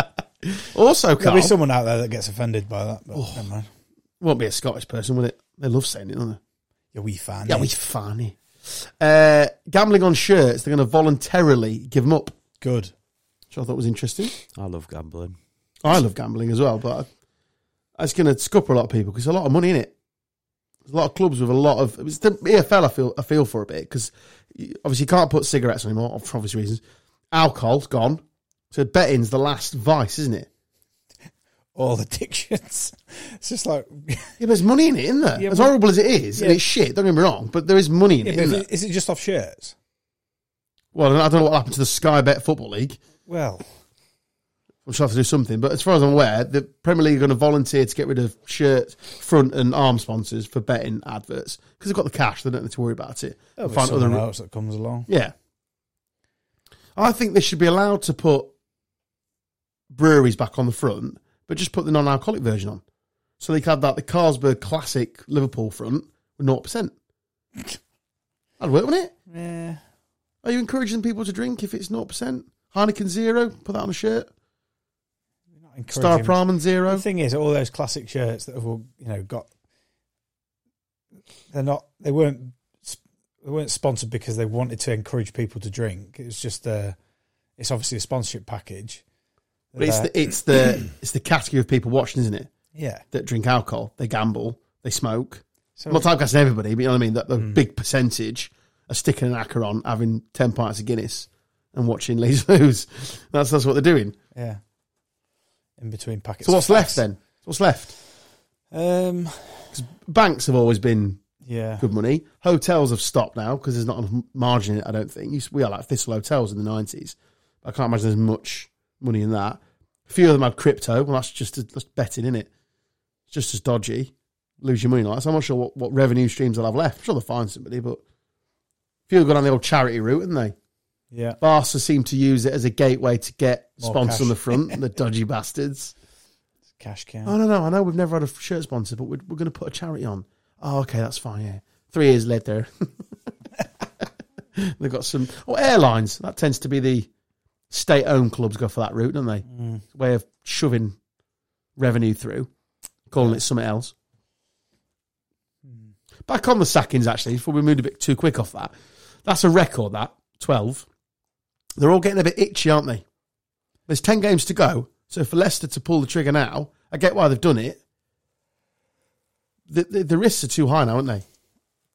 S1: also,
S3: There'll
S1: Carl,
S3: be someone out there that Oh. gets offended by that, but never mind.
S1: won't be a Scottish person, will it? They love saying it, don't they?
S3: You're wee fan. eh?
S1: Yeah, we funny. Uh, gambling on shirts, they're going to voluntarily give them up,
S3: good.
S1: which I thought was interesting.
S2: I love gambling.
S1: I love gambling as well, but that's going to scupper a lot of people because there's a lot of money in it. There's a lot of clubs with a lot of. It's the EFL I feel I feel for a bit because obviously you can't put cigarettes on anymore for obvious reasons. Alcohol's gone, so betting's the last vice, isn't it?
S3: All addictions. It's just like,
S1: Yeah, but there's money in it, isn't there?
S3: Yeah,
S1: as
S3: but-
S1: horrible as it is, and
S3: Yeah.
S1: it's shit. Don't get me wrong, but there is money in
S3: Yeah,
S1: it,
S3: but
S1: isn't
S3: is,
S1: there?
S3: it- is it just off shirts?
S1: Well, I don't know what happened to the Sky Bet Football League.
S3: Well,
S1: I'm sure I have to do something. But as far as I'm aware, the Premier League are going to volunteer to get rid of shirt, front, and arm sponsors for betting adverts because they've got the cash. They don't need to worry about it.
S3: there'll be
S1: Find other-
S3: someone else that comes along.
S1: Yeah. I think they should be allowed to put breweries back on the front, but just put the non alcoholic version on. So they could have that, the Carlsberg Classic Liverpool front with 0%. That'd work, wouldn't it?
S3: Yeah.
S1: Are you encouraging people to drink if it's 0%? Heineken Zero, put that on a shirt.
S3: Not encouraging.
S1: Star Brahman Zero.
S3: The thing is, all those classic shirts that have all you know got, they're not. They weren't. sp- They weren't sponsored because they wanted to encourage people to drink. It's just a. It's obviously a sponsorship package.
S1: But it's
S3: That-
S1: the it's the it's the category of people watching, isn't it?
S3: yeah.
S1: That drink alcohol, they gamble, they smoke.
S3: So
S1: I'm not typecasting everybody, but you know what I mean. That the big percentage are sticking an acker on, having ten pints of Guinness, and watching Leeds lose. That's that's what they're doing.
S3: yeah. In between packets.
S1: So what's
S3: of
S1: left
S3: facts.
S1: then? What's left?
S3: Um.
S1: Banks have always been
S3: Yeah.
S1: good money. Hotels have stopped now because there's not enough margin in it. I don't think you, s- we are like Thistle hotels in the nineties. I can't imagine there's much money in that. A few of them had crypto. Well, that's just that's betting, isn't it? It's just as dodgy. Lose your money like that. So I'm not sure what, what revenue streams they'll have left. I'm sure they'll find somebody, but a few have gone on the old charity route, haven't they?
S3: Yeah.
S1: Barca seem to use it as a gateway to get
S3: More
S1: sponsors on
S3: cash.
S1: the front, the dodgy bastards.
S3: Cash cow.
S1: Oh no, no, I know we've never had a shirt sponsor, but we're, we're going to put a charity on. Oh, okay, that's fine. Yeah, three years later, they've got some. Oh, airlines. That tends to be the state-owned clubs go for that route, don't they?
S3: Mm.
S1: Way of shoving revenue through, calling it something else.
S3: Mm.
S1: Back on the sackings, actually, before we moved a bit too quick off that. That's a record. That twelve. They're all getting a bit itchy, aren't they? There's ten games to go, so for Leicester to pull the trigger now, I get why they've done it. The, the, the risks are too high now, aren't they?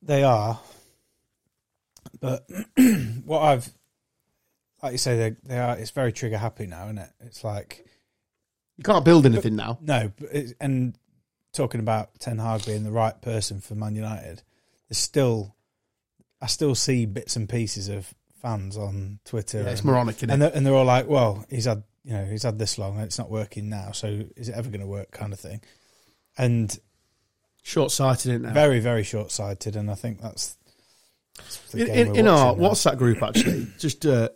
S3: They are, but what I've, like you say, they they are. It's very trigger happy now, isn't it? It's like
S1: You can't build anything now.
S3: no, but it, and talking about Ten Hag being the right person for Man United, there's still, I still see bits and pieces of fans on Twitter.
S1: Yeah, it's
S3: and-
S1: moronic, isn't it?
S3: and they're, and they're all like, "Well, he's had you know he's had this long and it's not working now, so is it ever going to work?" kind of thing. And
S1: Short-sighted, isn't it?
S3: very very short sighted, and I think that's. that's the
S1: In,
S3: game
S1: in,
S3: we're
S1: in our
S3: watching now.
S1: WhatsApp group, actually, just uh,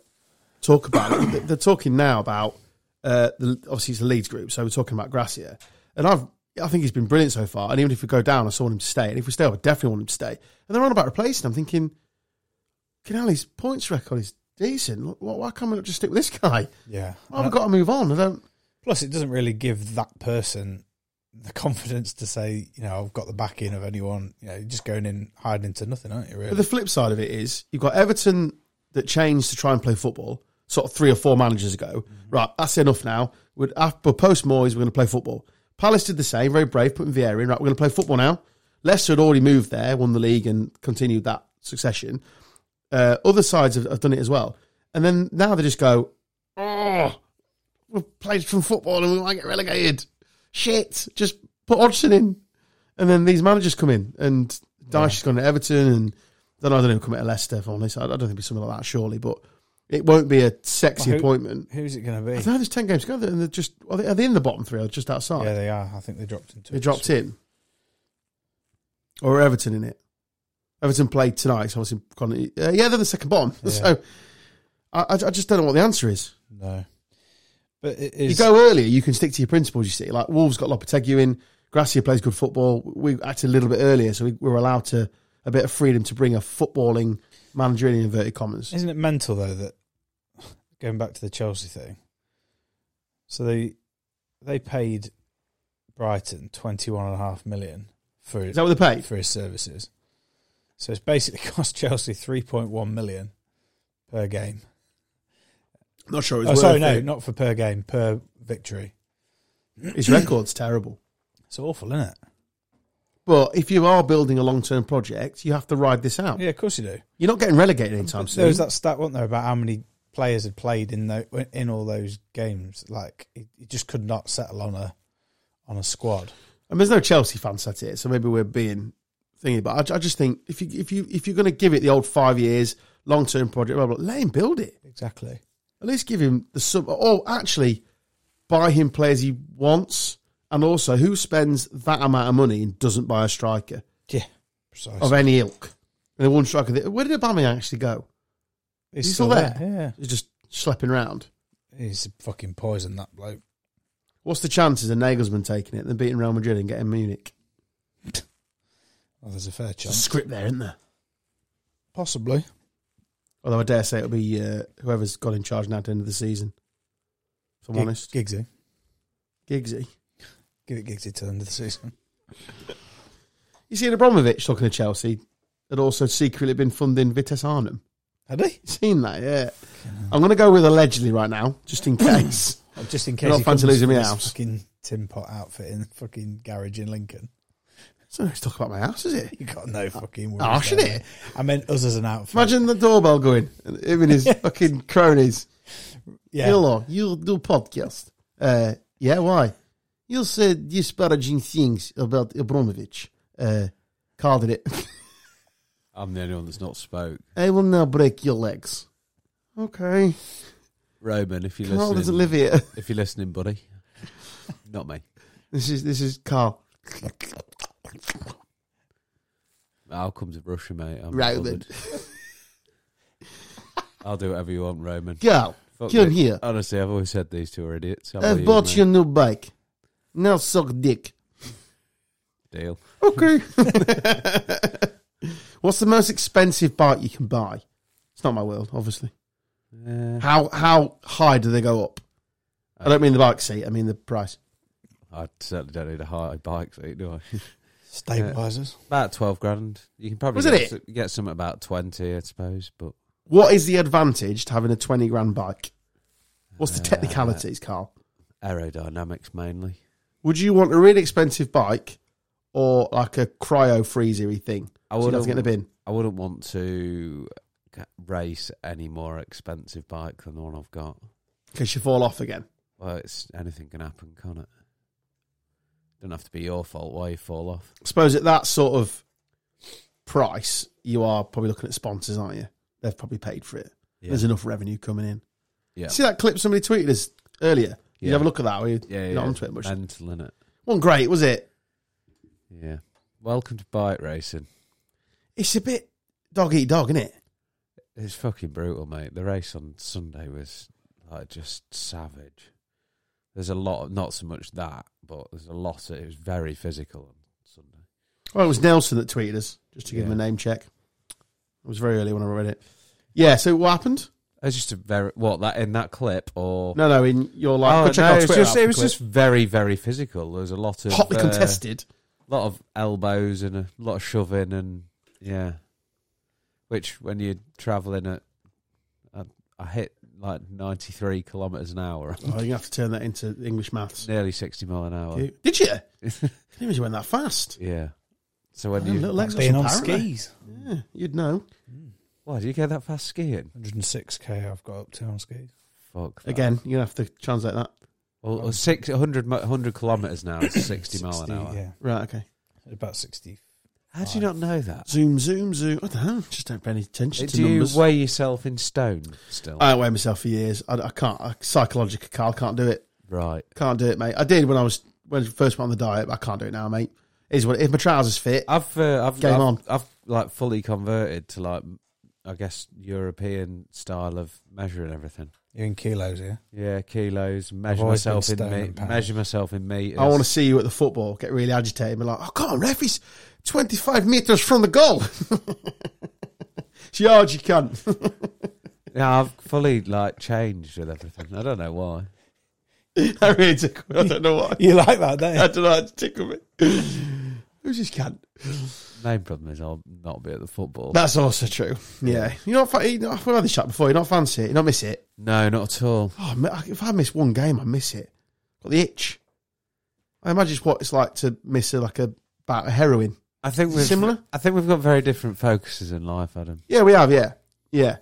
S1: talk about it. They- They're talking now about uh, the, obviously it's a Leeds group, so we're talking about Gracia, and I've I think he's been brilliant so far. And even if we go down, I still want him to stay. And if we stay up, I definitely want him to stay. And they're on about replacing. I'm thinking, Canali's points record is decent. Why, why can't we not just stick with this guy?
S3: Yeah.
S1: Why have we got to move on? I don't.
S3: Plus, it doesn't really give that person the confidence to say, you know, I've got the backing of anyone. You know, you're just going in hiding into nothing, aren't you? Really?
S1: But the flip side of it is you've got Everton that changed to try and play football sort of three or four managers ago. Right, that's enough now. We'd, after post Moyes, we're going to play football. Palace did the same, very brave, putting Vieira in. Right, we're going to play football now. Leicester had already moved there, won the league, and continued that succession. Uh, other sides have, have done it as well. And then now they just go, oh, we've played from football and we might get relegated. Shit, just put Hodgson in. And then these managers come in, and Dyche has gone to Everton, and then I don't know who come out of Leicester, if I'm honest. I I don't think it'll be something like that, surely, but it won't be a sexy
S3: Well, who-
S1: appointment.
S3: Who's it going to be?
S1: I don't know, there's 10 games to go, and they're just, are they, are they in the bottom three or just outside?
S3: Yeah, they are. I think they dropped into
S1: they
S3: it.
S1: dropped in. Or are Everton in it? Everton played tonight, so obviously, gone- uh, yeah, they're the second bottom.
S3: Yeah.
S1: So I, I I just don't know what the answer is.
S3: No. But it
S1: You
S3: is.
S1: go earlier, you can stick to your principles. You see, like Wolves got Lopetegui in, Gracia plays good football. We acted a little bit earlier, so we were allowed to a bit of freedom to bring a footballing manager in inverted commas.
S3: Isn't it mental though that going back to the Chelsea thing? So they they paid Brighton twenty one and a half million for
S1: Is that what they paid?
S3: for his services. So it's basically cost Chelsea three point one million per game.
S1: Not sure. It's
S3: Oh,
S1: worth
S3: sorry, no,
S1: it.
S3: not for per game, per victory.
S1: His record's terrible.
S3: It's awful, isn't it?
S1: But if you are building a long-term project, you have to ride this out.
S3: Yeah, of course you do.
S1: You're not getting relegated anytime
S3: There
S1: soon.
S3: was that stat, wasn't there, about how many players had played in tho- in all those games? Like, he he just could not settle on a on a squad.
S1: And there's no Chelsea fans at it, so maybe we're being thingy. But I, I just think if you if you if you're going to give it the old five years long-term project, blah, blah, blah, let him build it.
S3: Exactly.
S1: At least give him the sub. Or actually, buy him players he wants. And also, who spends that amount of money and doesn't buy a striker
S3: Yeah, precisely.
S1: of any ilk? And the one striker, that, where did Aubameyang actually go?
S3: he's,
S1: still He's just schlepping round.
S3: Yeah, he's fucking poison that bloke.
S1: What's the chances of Nagelsmann taking it, then beating Real Madrid and getting Munich?
S3: Oh, there's a fair
S1: There's a
S3: chance,
S1: script there, isn't there?
S3: possibly.
S1: Although I dare say it'll be uh, whoever's got in charge now at the end of the season. If I'm
S3: Gig-
S1: honest,
S3: Giggsy,
S1: Giggsy.
S3: give it Giggsy till the end of the season.
S1: You seen Abramovich talking to Chelsea had also secretly been funding Vitesse Arnhem.
S3: Had he?
S1: You Seen that? Yeah. I'm going to go with allegedly right now, just in case.
S3: Oh, Just in
S1: You're
S3: case
S1: not
S3: he
S1: fancy
S3: comes
S1: losing me
S3: with his
S1: house.
S3: Fucking tin pot outfit in the fucking garage in Lincoln.
S1: so it's talk about my house, is it?
S3: You got no fucking. worries
S1: Oh, should
S3: there,
S1: it?
S3: mate. I meant us as an outfit.
S1: Imagine the doorbell going, and him and his fucking cronies.
S3: yeah,
S1: Hello, you'll do podcast. Uh, yeah, why? You said disparaging things about Abramovich. Uh, called it.
S2: I'm the only one that's not spoke.
S1: I will now break your legs. Okay.
S2: Roman, if you're
S1: Carl
S2: listening,
S1: doesn't live here.
S2: if you're listening, buddy, not me.
S1: This is this is Carl.
S2: I'll come to Russia, mate. I'm not
S1: Roman.
S2: bothered. I'll do whatever you want, Roman.
S1: Carl,
S2: Fuck
S1: come
S2: me.
S1: here.
S2: Honestly, I've always said these two are idiots. How
S1: I've
S2: about
S1: bought
S2: mate?
S1: you a new bike. Now suck dick.
S2: deal.
S1: Okay. What's the most expensive bike you can buy? It's not my world, obviously.
S2: Uh,
S1: How how high do they go up? I don't mean the bike seat. I mean the price.
S2: I certainly don't need a high bike seat, do I?
S3: stabilizers.
S2: about twelve grand. You can probably
S1: Wasn't
S2: get,
S1: it?
S2: some- get some at about twenty, I suppose. But
S1: What is the advantage to having a twenty grand bike? What's
S2: Uh,
S1: the technicalities, Carl?
S2: aerodynamics mainly.
S1: Would you want a really expensive bike or like a cryo freezery thing?
S2: I
S1: So you have
S2: wouldn't,
S1: to get in the bin.
S2: I wouldn't want to ca- race any more expensive bike than the one I've got.
S1: Because you fall off again.
S2: Well, it's anything can happen, can't it? Don't have to be your fault why you fall off.
S1: I suppose at that sort of price, you are probably looking at sponsors, aren't you? They've probably paid for it.
S2: Yeah.
S1: There's enough revenue coming in.
S2: Yeah.
S1: See that clip somebody tweeted us earlier? You
S2: Yeah.
S1: have a look at that. Or you,
S2: yeah,
S1: you're
S2: yeah.
S1: not onto it much.
S2: Mental, innit?
S1: Wasn't great, was it?
S2: Yeah. Welcome to bike racing.
S1: It's a bit dog eat dog, isn't it?
S2: It's fucking brutal, mate. The race on Sunday was like just savage. There's a lot, of, not so much that, but there's a lot. Of, it was very physical on Sunday.
S1: Well, it was Nelson that tweeted us, just to give him a
S2: Yeah.
S1: name check. It was very early when I read it. Yeah, so what happened?
S2: It's just a very what that in that clip or
S1: No, no, in your life.
S2: Oh,
S1: go check
S2: no,
S1: our
S2: it's
S1: Twitter
S2: just,
S1: out
S2: it
S1: for
S2: was
S1: the
S2: just very, very physical. There was a lot of
S1: clip. hotly
S2: uh,
S1: contested.
S2: lot of elbows and a lot of shoving and yeah. Which when you're travelling at, I, I hit like 93 kilometres an hour,
S1: Oh, you have to turn that into English maths.
S2: nearly 60 mile an hour.
S1: Did you? You went that fast.
S2: Yeah. So when
S1: Oh,
S2: you
S1: little Lexus
S3: Being on
S1: apparently.
S3: skis. Hmm.
S1: Yeah, you'd know.
S2: why do you go that fast skiing?
S3: 106k I've got up to on skis.
S2: Fuck that.
S1: Again, you're gonna have to translate that.
S2: Well, well, six, 100, mi- 100 kilometres an hour, is 60 mile an
S3: 60,
S2: hour.
S3: Yeah,
S1: Right, okay.
S3: about 60.
S2: How do you not know that?
S1: Zoom, zoom, zoom. I don't know. Just don't pay any attention to
S2: Do you
S1: numbers. Uh,
S2: weigh yourself in stone still?
S1: I don't weigh myself for years. I, I can't. I, psychologically, Carl, can't do it.
S2: right.
S1: Can't do it, mate. I did when I was when I first went on the diet. But I can't do it now, mate. Is what if my trousers fit?
S2: I've uh, I've,
S1: Game
S2: I've,
S1: on.
S2: I've like fully converted to like I guess European style of measuring everything.
S3: You're in kilos here.
S2: Yeah, kilos. Measure
S3: always been
S2: myself in
S3: stone
S2: me-
S3: and pound.
S2: measure myself in meters.
S1: I want to see you at the football, get really agitated and be like, oh, come on, ref, he's 25 metres from the goal. it's yards, you cunt.
S2: Yeah, I've fully like changed with everything. I don't know why.
S1: I really tickle me. I don't know why.
S3: You like that, don't
S1: I
S3: you?
S1: don't know how to tickle me. Who's this cunt?
S2: Main problem is I'll not be at the football.
S1: That's also true. Yeah. You're not, fa- you know, I've had this chat before. You're not fancy it. You don't miss it.
S2: No, not at all.
S1: Oh, I mi- if I miss one game, I miss it. Got the itch. I imagine it's what it's like to miss a, like a bout of heroin.
S2: I think we've
S1: Similar?
S2: I think we've got very different focuses in life, Adam.
S1: Yeah, we have. Yeah. Yeah.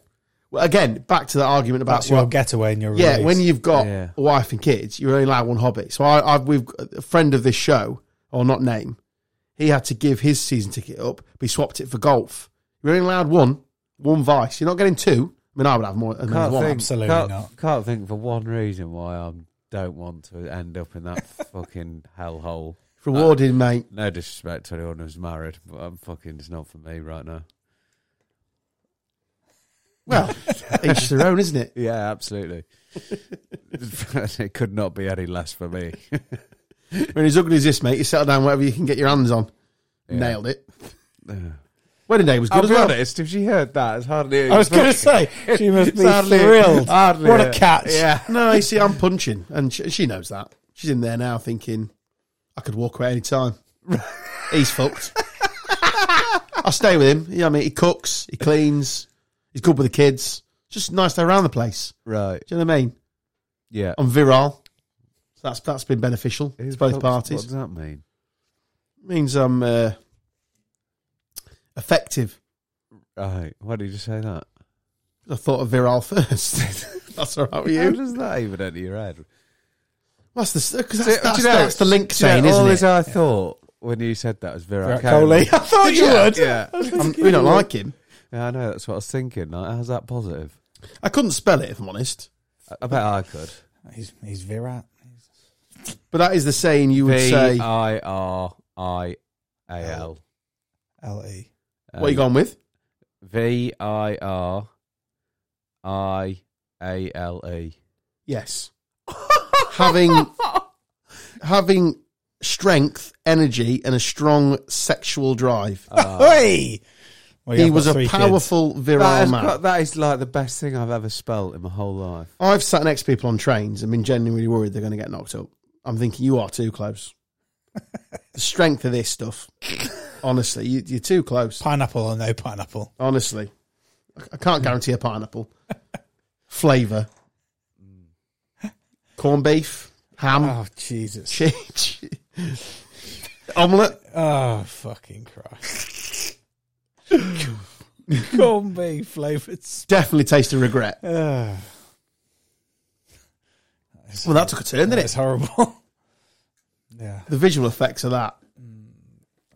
S1: Well, again, back to that argument about
S3: That's your
S1: what-
S3: getaway and your
S1: Yeah,
S3: release.
S1: when you've got
S2: Yeah.
S1: a wife and kids, you're only allowed one hobby. So I, I've we've a friend of this show, or not name, he had to give his season ticket up, but he swapped it for golf. You're only allowed one, one vice. You're not getting two. I mean, I would have more than
S2: Can't
S1: one.
S2: think,
S3: absolutely
S2: can't,
S3: not.
S2: Can't think for one reason why I don't want to end up in that fucking hellhole.
S1: Rewarded, mate.
S2: No disrespect to anyone who's married, but I'm fucking it's not for me right now.
S1: Well, each their own, isn't it?
S2: Yeah, absolutely. it could not be any less for me.
S1: When he's ugly as this, mate, you settle down whatever you can get your hands on.
S2: Yeah.
S1: Nailed it.
S2: Yeah.
S1: Wedding day was good
S2: I'll
S1: as
S2: be
S1: well.
S2: honest, if she heard that, it's hardly.
S3: I was going to say, she must
S2: It's
S3: be
S2: hardly-
S3: thrilled.
S2: hardly
S3: what a
S2: a-
S3: catch.
S2: Yeah.
S1: No, you see, I'm punching, and she, she knows that. She's in there now thinking, I could walk away any time. He's fucked. I stay with him. You know what I mean? He cooks, he cleans, he's good with the kids. Just nice to have around the place.
S2: Right.
S1: Do you know what I mean?
S2: Yeah.
S1: I'm virile. So that's that's been beneficial
S2: Who's
S1: to both
S2: helped-
S1: parties.
S2: What does that mean?
S1: means I'm uh, effective.
S2: Right. Why did you say that?
S1: I thought of virile first. that's all right with
S2: How
S1: you.
S2: does that even enter your head?
S1: That's the because
S2: Do
S1: that's,
S2: you
S1: that's,
S2: know-
S1: that's the link
S2: do you know,
S1: saying, isn't
S2: all
S1: it?
S2: this I thought when you said that was Virat,
S3: Virat Kohli. I thought you
S2: yeah,
S3: would.
S2: Yeah.
S1: Oh, I'm- we don't like him.
S2: yeah, I know. That's what I was thinking. Like, how's that positive?
S1: I couldn't spell it if I'm honest.
S2: I, I bet I could.
S3: He's, he's Virat.
S1: But that is the saying you would
S2: V
S1: say.
S2: I R I A L.
S3: L-E.
S1: what are you going with?
S2: V I R I A L E.
S1: Yes. having having strength, energy, and a strong sexual drive.
S3: Hey! Well, Oh,
S1: he
S3: yeah, I've
S1: was
S3: Uh, got
S1: a
S3: three kids.
S1: powerful
S2: That
S1: virile
S2: is,
S1: man.
S2: that is like the best thing I've ever spelt in my whole life.
S1: I've sat next to people on trains and been genuinely worried they're going to get knocked up. I'm thinking you are too close. the strength of this stuff, honestly, you, you're too close.
S3: Pineapple or no pineapple.
S1: Honestly, I- I can't guarantee a pineapple flavor. Corned beef, ham,
S3: Oh, Jesus.
S1: Change. Omelette.
S3: Oh, fucking Christ. Corned beef flavoured. sp-
S1: Definitely taste of regret.
S3: Ah.
S1: Well, that took a turn, didn't
S3: It's
S1: it?
S3: horrible. yeah,
S1: The visual effects of that.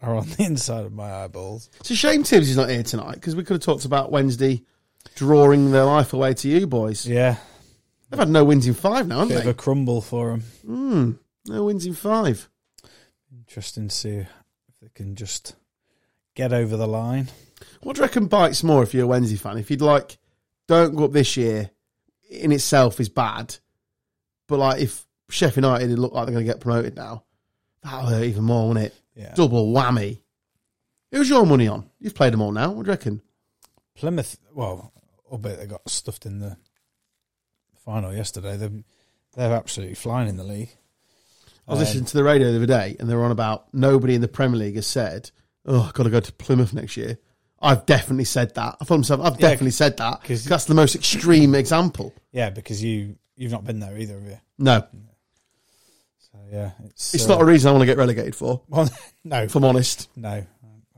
S3: are on the inside of my eyeballs.
S1: It's a shame Tibbs is not here tonight because we could have talked about Wednesday drawing their life away to you boys.
S3: Yeah,
S1: They've had no wins in five now, haven't
S3: bit of
S1: they?
S3: a crumble for them.
S1: Mm, no wins in five.
S3: Interesting to see if they can just get over the line.
S1: What do you reckon bites more if you're a Wednesday fan? If you'd like, don't go up this year in itself is bad, but like if Sheffield United look like they're going to get promoted now, that'll hurt even more, won't it?
S3: Yeah,
S1: Double whammy. Who's your money on? You've played them all now. What do you reckon?
S3: Plymouth. Well, albeit they got stuffed in the final yesterday. They're they're absolutely flying in the league.
S1: I was
S3: Um,
S1: listening to the radio the other day, and they were on about nobody in the Premier League has said, "Oh, I've got to go to Plymouth next year." I've definitely said that. I thought to myself, I've
S3: Yeah,
S1: definitely said that
S3: 'cause-
S1: that's the most extreme example.
S3: Yeah, because you you've not been there either of you.
S1: No,
S3: So yeah, it's
S1: it's
S3: uh,
S1: not a reason I want to get relegated for.
S3: well, no
S1: If I'm honest,
S3: no.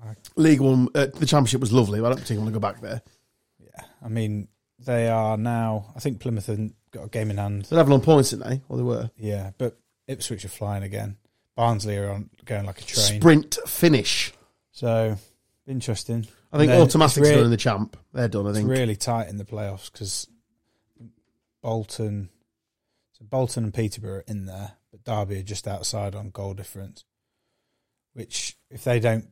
S3: I,
S1: League One, uh, the Championship was lovely, but I don't particularly want to go back there.
S3: yeah, I mean they are now. I think Plymouth have got a game in hand.
S1: They're level on points, aren't they? Or they were.
S3: Yeah, but Ipswich are flying again. Barnsley are on, going like a train.
S1: Sprint finish.
S3: So interesting.
S1: I think
S3: And then
S1: automatic's
S3: it's really-
S1: done in the champ. They're done. I
S3: It's
S1: think.
S3: really tight in the playoffs because Bolton, so Bolton and Peterborough are in there, but Derby are just outside on goal difference. Which, if they don't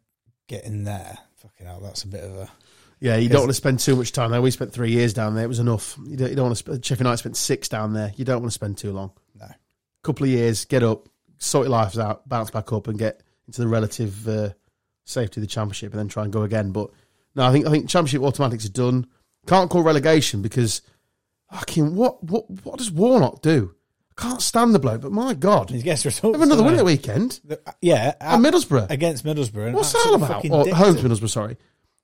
S3: get in there, fucking hell, that's a bit of a
S1: Yeah, you don't want to spend too much time there. We spent three years down there. It was enough. You don't, you don't want to spend, Sheffield United spent six down there. You don't want to spend too long.
S3: No.
S1: Couple of years, get up, sort your lives out, bounce back up and get into the relative uh, safety of the championship and then try and go again. But no, I think I think championship automatics are done. Can't call relegation because fucking what what what does Warnock do? I can't stand the bloke, but my God.
S3: He
S1: Have
S3: gets results.
S1: another win at
S3: doesn't
S1: the weekend.
S3: he? The- uh, Yeah,
S1: And Middlesbrough.
S3: against Middlesbrough. and
S1: What's that all
S3: absolute
S1: about?
S3: fucking
S1: Or,
S3: dicked
S1: home to
S3: him-
S1: Middlesbrough, sorry.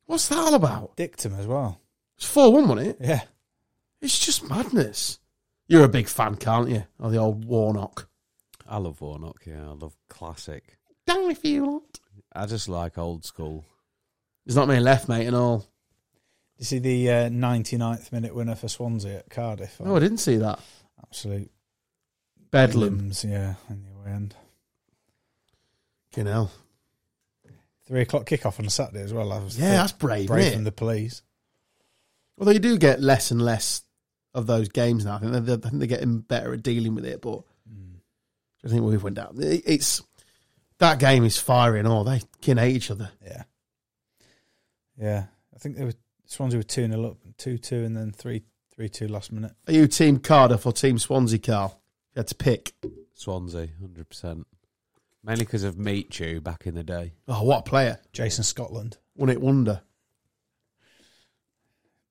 S1: What's that all about?
S3: dicked him as well.
S1: It's 4 1, wasn't it?
S3: Yeah,
S1: It's just madness. You're a big fan, can't you? Of the old Warnock.
S2: I love Warnock. Yeah, I love classic.
S1: Damn if you want.
S2: I just like old school.
S1: There's not many left, mate, and all.
S3: you see the uh, 99th minute winner for Swansea at Cardiff.
S1: No, I didn't see that.
S3: absolute
S1: Bedlam.
S3: limbs. Yeah, in the away end.
S1: You know.
S3: Three o'clock kickoff on a Saturday as well. I was
S1: Yeah, that's brave,
S3: brave
S1: isn't
S3: from
S1: it?
S3: the police.
S1: Although you do get less and less of those games now. I think they're, they're, I think they're getting better at dealing with it, but I think we've went down. It- It's that game is fiery and all. They can hate each other.
S3: Yeah, yeah. I think they were Swansea were two 0 up, two two, and then three three two last minute.
S1: Are you Team Cardiff or Team Swansea, Carl? You had to pick.
S2: Swansea, hundred percent. Mainly because of Meet You back in the day.
S1: Oh, what a player.
S3: Jason Scotland.
S1: One it wonder.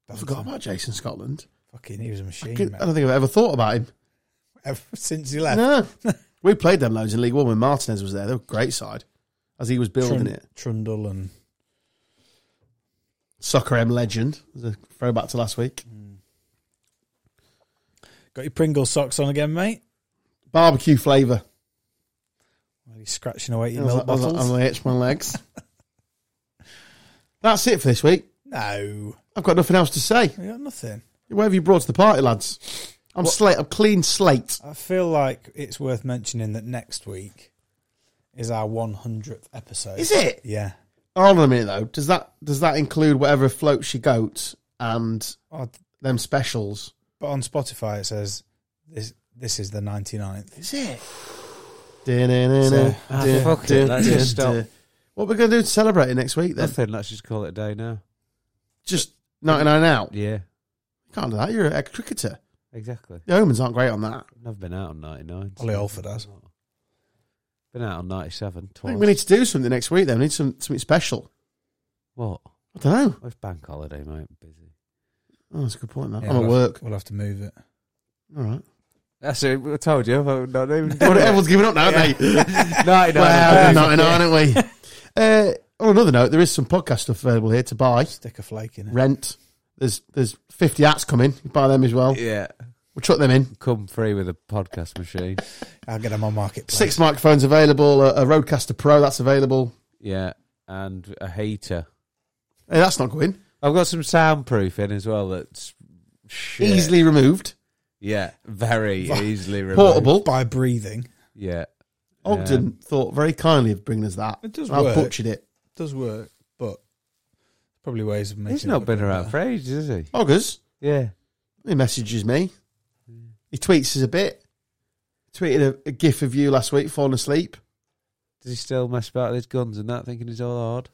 S1: I forgot about Jason Scotland.
S3: Fucking, he was a machine.
S1: I
S3: man.
S1: don't think I've ever thought about him.
S3: Ever since he left,
S1: No. we played them loads in League One when Martinez was there. They were a great side as he was building
S3: Trun-
S1: it.
S3: Trundle and
S1: Soccer M legend. There's a throwback to last week.
S3: got your Pringle socks on again, mate.
S1: Barbecue flavour.
S3: While he's scratching away at
S1: I
S3: your
S1: was
S3: milk
S1: like- I was like, I'm
S3: bottles.
S1: going to itch my legs. That's it for this week.
S3: No,
S1: I've got nothing else to say.
S3: I got nothing.
S1: Where have you brought to the party, lads? I'm slate. I'm clean slate.
S3: I feel like it's worth mentioning that next week is our 100th episode.
S1: Is it?
S3: Yeah.
S1: Hold on a minute though. Does that does that include whatever floats your goat and
S3: Oh,
S1: them specials?
S3: but on Spotify it says this this is the 99th.
S1: Is it?
S3: So-
S2: Ah, fuck it, let's just stop.
S1: What we're going to do to celebrate it next week then?
S2: Nothing. Let's just call it a day now.
S1: Just 99 out. You
S2: Yeah,
S1: can't do that. You're a cricketer.
S2: exactly.
S1: The omens aren't great on that.
S2: I've been out on ninety nine.
S3: Ollie Alford has.
S2: Been out on ninety seven
S1: I
S2: twice.
S1: think we need to do something next week then. We need some, something special.
S2: What?
S1: I don't know.
S2: It's bank holiday, mate. Busy.
S1: Oh, that's a good point. That.
S3: Yeah,
S1: I'm at
S3: we'll
S1: work.
S3: We'll have to move it.
S1: All right.
S2: That's it. I told you. I'm not even
S1: Well, everyone's giving up now, aren't they?
S2: ninety
S1: Well,
S2: nine.
S1: not in, aren't we? Uh, on another note, there is some podcast stuff available here to buy,
S3: Stick a flake in it.
S1: rent. There's there's 50 hats coming. You buy them as well.
S2: Yeah,
S1: We'll chuck them in.
S2: come free with a podcast machine.
S3: I'll get them on marketplace.
S1: Six microphones available. A, a Roadcaster Pro that's available.
S2: Yeah, and a heater.
S1: Hey, that's not going.
S2: I've got some soundproofing as well. That's shit.
S1: Easily removed.
S2: Yeah, very easily removed.
S1: Portable.
S3: by breathing.
S2: Yeah,
S1: Ogden thought very kindly of bringing us that.
S3: It does
S1: I've
S3: work.
S1: butchered it.
S3: Does work, but probably ways of making
S2: he's
S3: it
S2: not
S3: look
S2: been
S3: a bit
S2: around
S3: better.
S2: for ages, has he?
S1: Oggers,
S2: Yeah,
S1: he messages me.
S3: Hmm.
S1: He tweets us a bit. Tweeted a, a gif of you last week falling asleep.
S2: does he still mess about with his guns and that, thinking he's all hard?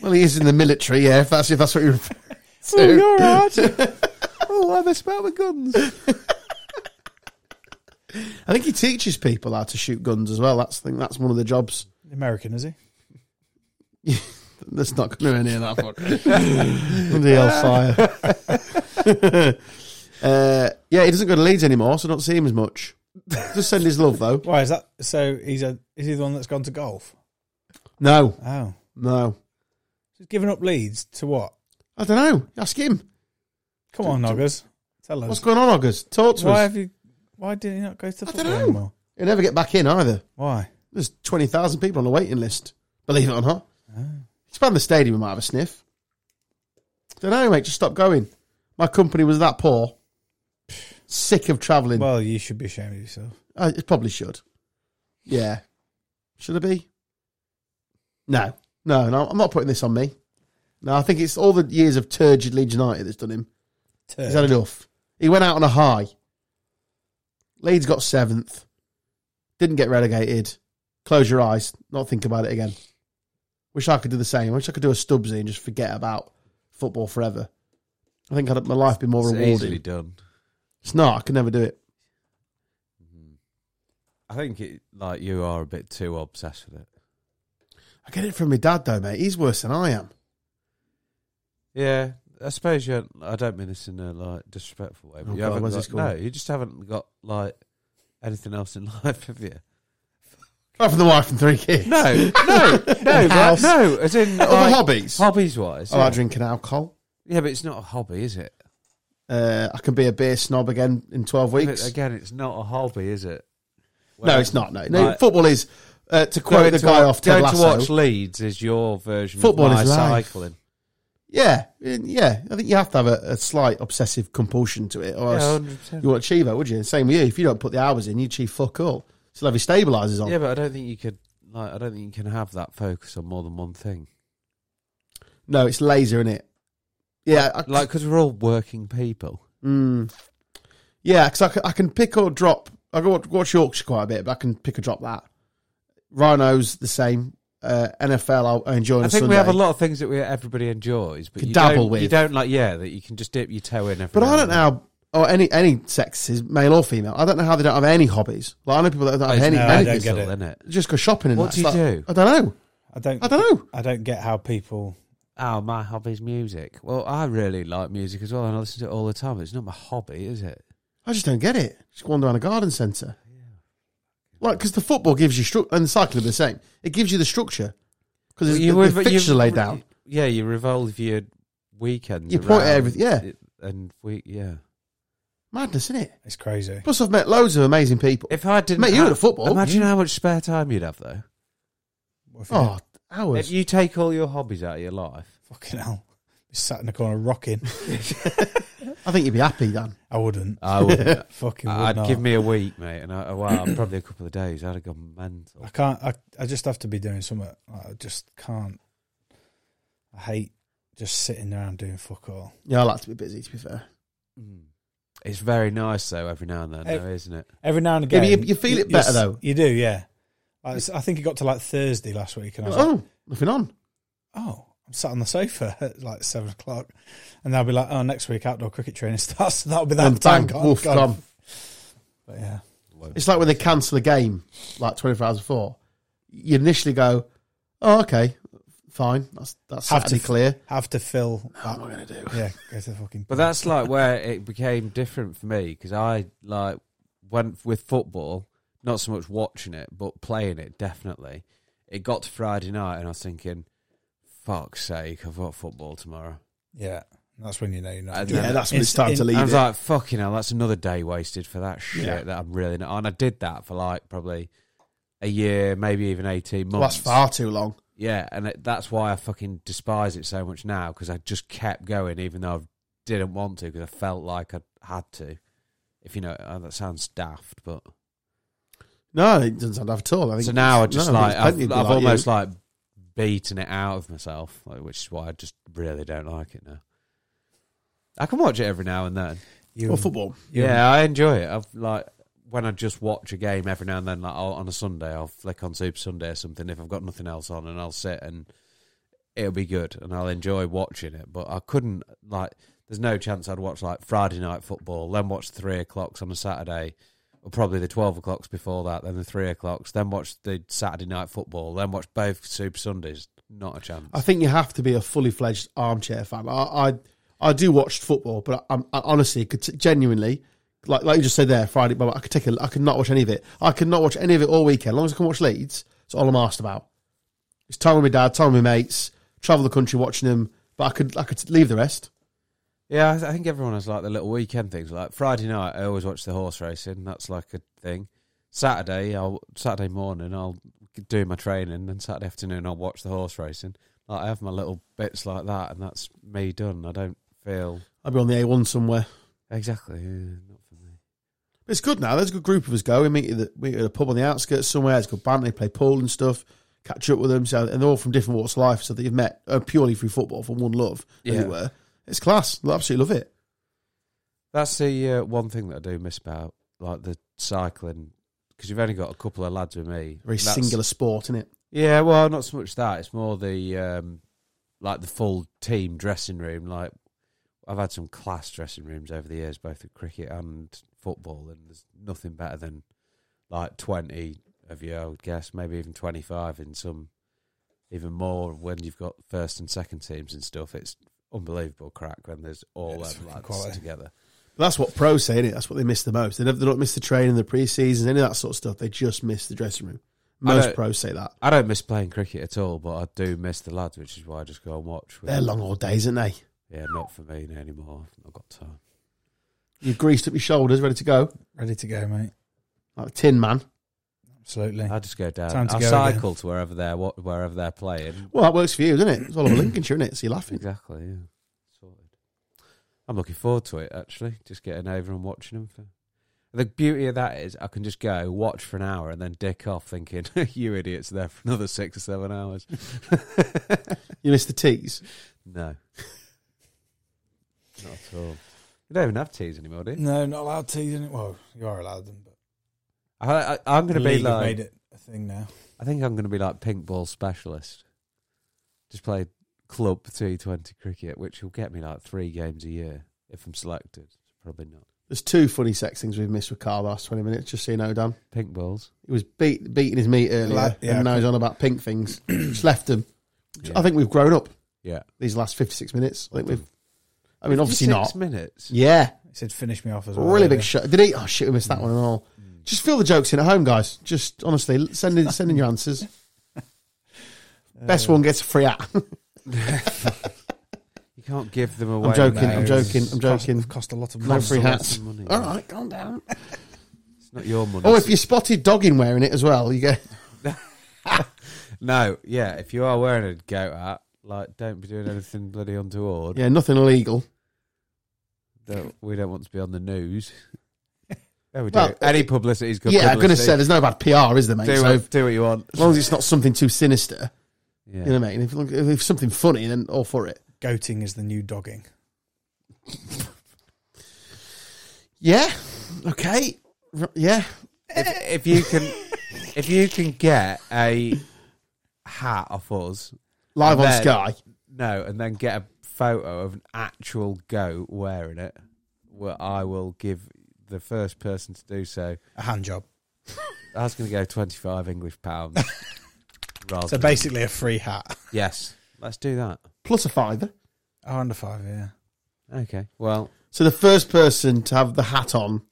S1: Well, he is in the military, yeah, if that's, if that's what you're referring
S2: Oh,
S1: to.
S2: you're hard. oh, I mess about with guns.
S1: I think he teaches people how to shoot guns as well. That's I think that's one of the jobs.
S3: American, is he?
S1: That's not going to end in that one. Bloody hellfire. uh, yeah, he doesn't go to Leeds anymore, so I don't see him as much. Just send his love though.
S3: Why is that? So he's a is he the one that's gone to golf?
S1: No,
S3: Oh,
S1: no.
S3: he's given up leads to what?
S1: I don't know. Ask him.
S3: Come on, Noggers, tell us.
S1: What's going on, August? Talk to
S3: Why
S1: us.
S3: have you? Why did he not go to the
S1: I
S3: football
S1: dunno.
S3: anymore?
S1: He'll never get back in either.
S3: Why?
S1: There's 20,000 people on the waiting list, believe it or not.
S2: Hmm.
S1: Expand the stadium, we might have a sniff. Don't know, mate. Just stop going. My company was that poor. Sick of travelling.
S3: Well, you should be ashamed of yourself.
S1: I it probably should. Yeah. Should I be? No. No, no. I'm not putting this on me. No, I think it's all the years of turgid Leeds United that's done him. He's had enough. He went out on a high. Leeds got seventh. Didn't get relegated. Close your eyes. Not think about it again. Wish I could do the same. Wish I could do a Stubbsy and just forget about football forever. I think I'd have my life been more
S2: It's
S1: rewarding.
S2: easily done.
S1: It's not. I could never do it.
S2: I think it like you are a bit too obsessed with it.
S1: I get it from my dad though, mate. He's worse than I am.
S2: Yeah, I suppose you. haven't- I don't mean this in a like disrespectful way, but
S1: Oh,
S2: you
S1: God,
S2: haven't.
S1: where's
S2: Got,
S1: this
S2: no,
S1: going?
S2: you just haven't got like anything else in life, have you?
S1: Apart from the wife and three kids.
S2: No, no, no, but,
S3: House.
S2: no. As in
S1: Other
S2: like,
S1: Oh, hobbies. Oh,
S2: hobbies wise.
S1: I
S2: yeah.
S1: like drinking alcohol.
S2: Yeah, but it's not a hobby, is it?
S1: Uh, I can be a beer snob again in twelve
S2: But
S1: weeks.
S2: again, it's not a hobby, is it?
S1: no, it's not. No, no.
S2: Right.
S1: Football is uh, to
S2: Going
S1: quote the
S2: to
S1: guy
S2: wa-
S1: off Ted
S2: going
S1: Lasso.
S2: to watch Leeds is your version
S1: Football
S2: of
S1: is
S2: my
S1: life.
S2: cycling.
S1: Yeah, yeah. I think you have to have a, a slight obsessive compulsion to it, or
S2: Yeah, oh,
S1: else
S2: 100%.
S1: you won't achieve it, would you? Same with you. If you don't put the hours in, you achieve fuck all. Still have your stabilisers on.
S2: Yeah, but I don't think you could. Like, I don't think you can have that focus on more than one thing.
S1: No, it's laser in it. Yeah, I,
S2: Like, because we're all working people.
S1: mm, yeah, because I, can- I can pick or drop. I go watch, watch Yorkshire quite a bit, but I can pick or drop that. Rhinos the same. Uh, NFL, I'll, I enjoy. On
S2: I think
S1: Sunday.
S2: we have a lot of things that we everybody enjoys, but
S1: Could
S2: you
S1: dabble
S2: don't, You
S1: with.
S2: don't like, yeah, that you can just dip your toe in. Every
S1: But I
S2: now
S1: don't
S2: and
S1: know,
S2: then.
S1: how, or any any sexes, male or female. I don't know how they don't have any hobbies. Like I know people that don't have any.
S3: no, I
S1: anything.
S3: don't get it.
S2: Isn't it?
S1: Just go shopping. And
S2: What
S1: that.
S2: do
S1: It's
S2: you
S1: like-
S2: do?
S1: I don't know.
S3: I don't.
S1: I don't know.
S3: I don't get how people.
S2: Oh, my hobby's music. Well, I really like music as well, and I listen to it all the time. It's not my hobby, is it?
S1: I just don't get it. Just wander around a garden centre. Like, because the football gives you structure, and the cycling are the same. It gives you the structure because
S2: Well, you
S1: the,
S2: would-
S1: the
S2: but you-
S1: fixtures are laid down.
S2: Yeah, you revolve your weekends.
S1: You point at
S2: around
S1: everything, yeah.
S2: it- and we, yeah.
S1: Madness, isn't it?
S3: It's crazy.
S1: Plus, I've met loads of amazing people.
S2: If I didn't,
S1: Mate, you
S2: have,
S1: were at football.
S2: Imagine how much spare time you'd have though.
S3: What if you
S1: oh,
S2: If
S1: hours.
S2: you take all your hobbies out of your life,
S3: Fucking hell. Be sat in the corner rocking.
S1: I think you'd be happy, Dan.
S3: I
S1: Uh,
S3: wouldn't.
S2: I would.
S3: Fucking would
S2: I'd
S3: not.
S2: give me a week, mate, and I, oh, well, probably a couple of days. I'd have gone mental.
S3: I can't. I, I just have to be doing something. I just can't. I hate just sitting around doing fuck all.
S1: Yeah, I like to be busy, to be fair.
S2: Mm. It's very nice though, every now and then,
S3: Ev-
S2: though, isn't it?
S3: Every now and
S1: Yeah,
S3: again,
S1: but you, you feel it
S3: you're
S1: better,
S3: s-
S1: though.
S3: You do, yeah. Like, it's- I think it got to like Thursday last week, and I was like,
S1: Oh, nothing on.
S3: oh, I'm sat on the sofa at like seven o'clock, and they'll be like, oh, next week outdoor cricket training starts. That'll be that
S1: And
S3: time.
S1: bang,
S3: gone,
S1: woof,
S3: gone.
S1: gone.
S3: But yeah,
S1: It's like when they cancel a game like 24 hours before. You initially go, oh, okay, fine. That's, that's
S3: Have to
S1: Saturday
S3: f-
S1: clear.
S3: have to fill. That.
S1: going to do?
S3: Yeah, go to the fucking.
S2: But that's like where it became different for me because I like went with football, not so much watching it, but playing it definitely. It got to Friday night, and I was thinking, "Fuck's sake, I've got football tomorrow."
S3: yeah. That's when you know you're not.
S2: I
S3: doing
S2: don't-
S3: it.
S2: Yeah,
S1: that's when it's time to leave.
S2: I
S1: Leave
S2: was
S1: it.
S2: like, "Fucking hell, that's another day wasted for that shit
S1: Yeah.
S2: that I'm really not." And I did that for like probably a year, maybe even eighteen
S1: Well, that's
S2: months.
S1: far too long.
S2: Yeah, and it, that's why I fucking despise it so much now because I just kept going even though I didn't want to because I felt like I had to. If you know, uh, that sounds daft, but
S1: No, it doesn't sound daft at all. I think
S2: so now I
S1: it's-
S2: just
S1: no,
S2: like
S1: there's plenty
S2: I've,
S1: of people
S2: I've
S1: like you.
S2: almost like beaten it out of myself, like, which is why I just really don't like it now. I can watch it every now and then.
S3: You
S1: Well,
S3: and-
S1: football.
S3: you and-
S2: Yeah, I enjoy it. I've like when I just watch a game every now and then, like I'll, on a Sunday, I'll flick on Super Sunday or something if I've got nothing else on, and I'll sit and it'll be good, and I'll enjoy watching it. But I couldn't like. There's no chance I'd watch like Friday night football, then watch three o'clocks on a Saturday, or probably the twelve o'clocks before that, then the three o'clocks, then watch the Saturday night football, then watch both Super Sundays. Not a chance.
S1: I think you have to be a fully fledged armchair fan. I, I, I do watch football, but I, I honestly could t- genuinely, like like you just said there, Friday. But I could take a, I could not watch any of it. I could not watch any of it all weekend. As long as I can watch Leeds, it's all I'm asked about. It's time with my dad, time with my mates, travel the country watching them. But I could I could leave the rest.
S2: Yeah, I th- I think everyone has like the little weekend things. Like Friday night, I always watch the horse racing. That's like a thing. Saturday, I'll Saturday morning, I'll do my training, and Saturday afternoon, I'll watch the horse racing. Like I have my little bits like that, and that's me done. I don't feel
S1: I'd be on the A1 somewhere.
S2: exactly. yeah, not for me.
S1: But it's good now. There's a good group of us go. We meet at, the, meet at a pub on the outskirts somewhere. It's good banter. They play pool and stuff. Catch up with them. So, and they're all from different walks of life. So that you've met uh, purely through football from one love. Yeah.
S2: Yeah.
S1: They were. It's class. I absolutely love it.
S2: That's the uh, one thing that I do miss about like the cycling because you've only got a couple of lads with me.
S1: Very
S2: That's-
S1: singular sport, isn't it?
S2: Yeah, well, not so much that. It's more the um, like the full team dressing room. Like I've had some class dressing rooms over the years, both at cricket and football, and there's nothing better than like twenty of you, I would guess, maybe even twenty five in some, even more when you've got first and second teams and stuff. It's unbelievable crack when there's all
S3: It's
S2: them
S3: fucking
S2: lads
S3: quality.
S2: together.
S1: That's what pros say, innit? That's what they miss the most. They don't, they don't miss the training, the pre-seasons, any of that sort of stuff. They just miss the dressing room.
S2: I
S1: Most
S2: don't-
S1: pros say that.
S2: I don't miss playing cricket at all, but I do miss the lads, which is why I just go and watch. with
S1: They're
S2: them.
S1: long old days, aren't they?
S2: Yeah, not for me anymore. I've not got time.
S1: You've greased up your shoulders, ready to go,
S3: Ready to go, mate.
S1: like a Tin Man.
S3: Absolutely.
S2: I just go down.
S3: Time to
S2: I
S3: go
S2: cycle to wherever they're what, wherever they're playing.
S1: Well, that works for you, doesn't it? It's all over Lincolnshire, isn't it? So you're laughing.
S2: Exactly. Yeah. Sorted. I'm looking forward to it actually. Just getting over and watching them. For... The beauty of that is I can just go watch for an hour and then dick off, thinking you idiots are there for another six or seven hours.
S1: You miss the teas.
S2: No, not at all. You don't even have teas anymore, do you?
S3: No, not allowed to. isn't it? Well, you are allowed them, but
S2: I, I, I'm
S3: the
S2: going to be
S3: league have
S2: like.
S3: made it a thing now.
S2: I think I'm going to be like pink ball specialist. Just play club T20 cricket, which will get me like three games a year if I'm selected. Probably not.
S1: There's two funny sex things we've missed with Carl last 20 minutes, just so you know, Dan.
S2: Pink balls.
S1: He was beat, beating his meat earlier,
S3: Like- yeah,
S1: and now
S3: I
S1: he's on about pink things. just left him.
S2: Yeah.
S1: I think we've grown up
S2: Yeah.
S1: these last 56 minutes. I think we've, I mean, obviously
S2: 56
S1: not.
S2: minutes.
S1: Yeah.
S3: He said, "Finish me off as well."
S1: Really big
S3: yeah. Mm.
S1: shot. Did he? Oh, shit, we missed that one and all. Just fill the jokes in at home, guys. Just honestly, send in, send in your answers.
S3: Uh,
S1: Best one gets a free hat.
S2: You can't give them away.
S1: I'm joking.
S2: now.
S1: I'm joking. I'm
S3: Cost-
S1: joking.
S3: Cost a lot of
S1: No
S3: money.
S1: free
S2: Costs a lot
S1: hats.
S2: of money,
S1: All
S2: yeah.
S1: right, calm down.
S2: It's not your money.
S1: Oh, if you spotted dogging wearing it as well, you get.
S2: no, yeah. If you are wearing a goat hat, like, don't be doing anything bloody untoward.
S1: Yeah, nothing illegal.
S2: Don't- we don't want to be on the news. Yeah, we do.
S1: Well,
S2: Any publicity is good.
S1: yeah, I'm going to
S2: publicity.
S1: say there's no bad PR, is there, mate?
S2: do,
S1: so
S2: what, do what you want.
S1: as long as it's not something too sinister,
S2: Yeah.
S1: you know what I mean? If, if it's something funny, then all for it.
S3: Goating is the new dogging.
S1: Yeah. Okay. R- Yeah.
S2: if, if you can if you can get a hat off us
S1: Live on
S2: Then-
S1: Sky.
S2: no and then get a photo of an actual goat wearing it well i will give the first person to do so
S3: A hand job.
S2: that's going to go 25 english pounds rather
S3: So
S2: than-
S3: basically, a free hat.
S2: yes let's do that
S1: Plus a fiver.
S3: Oh, under five, yeah.
S2: okay well
S1: So the first person to have the hat on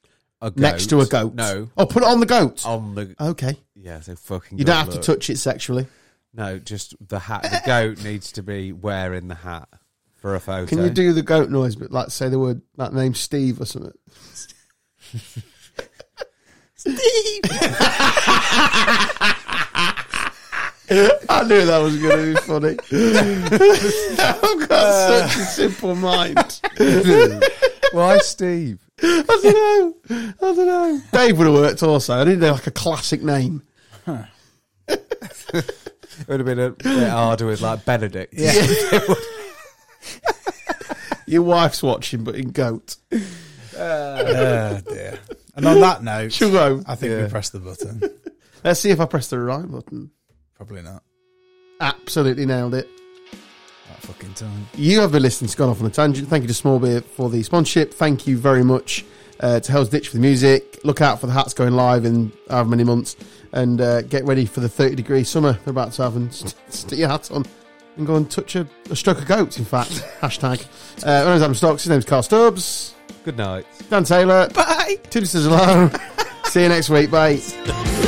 S2: a goat.
S1: next to a goat.
S2: no
S1: Oh, put it on the goat.
S2: on the
S1: Okay.
S2: yeah so fucking
S1: You
S2: good
S1: don't have
S2: luck.
S1: to touch it sexually.
S2: no just the hat the goat needs to be wearing the hat for a photo
S1: Can you do the goat noise, but like say the word, that name Steve or something? I knew that was going to be funny. I've got such a simple mind.
S2: why steve
S1: I don't know. I don't know. Dave would have worked also. I needed like a classic name.
S2: It would have been a bit harder with like Benedict.
S3: Yeah.
S1: Your wife's watching, but in goat.
S3: oh, dear. And on that note,
S1: She'll go.
S3: I think
S2: Yeah.
S3: we pressed the button.
S1: Let's see if I press the right button.
S3: Probably not.
S1: Absolutely nailed it.
S3: That fucking time.
S1: You have been listening to Gone Off on a Tangent. Thank you to Small Beer for the sponsorship. Thank you very much uh, to Hell's Ditch for the music. Look out for the hats going live in however many months. And uh, get ready for the 30 degree summer they're about to have. And st- stick your hat on and go and touch a, a stroke of goats, in fact. Hashtag. Uh, my name's Adam Stocks. His name's Carl Stubbs.
S2: Good night.
S1: Dan Taylor.
S3: Bye.
S1: Tim says hello. See you next week. Bye.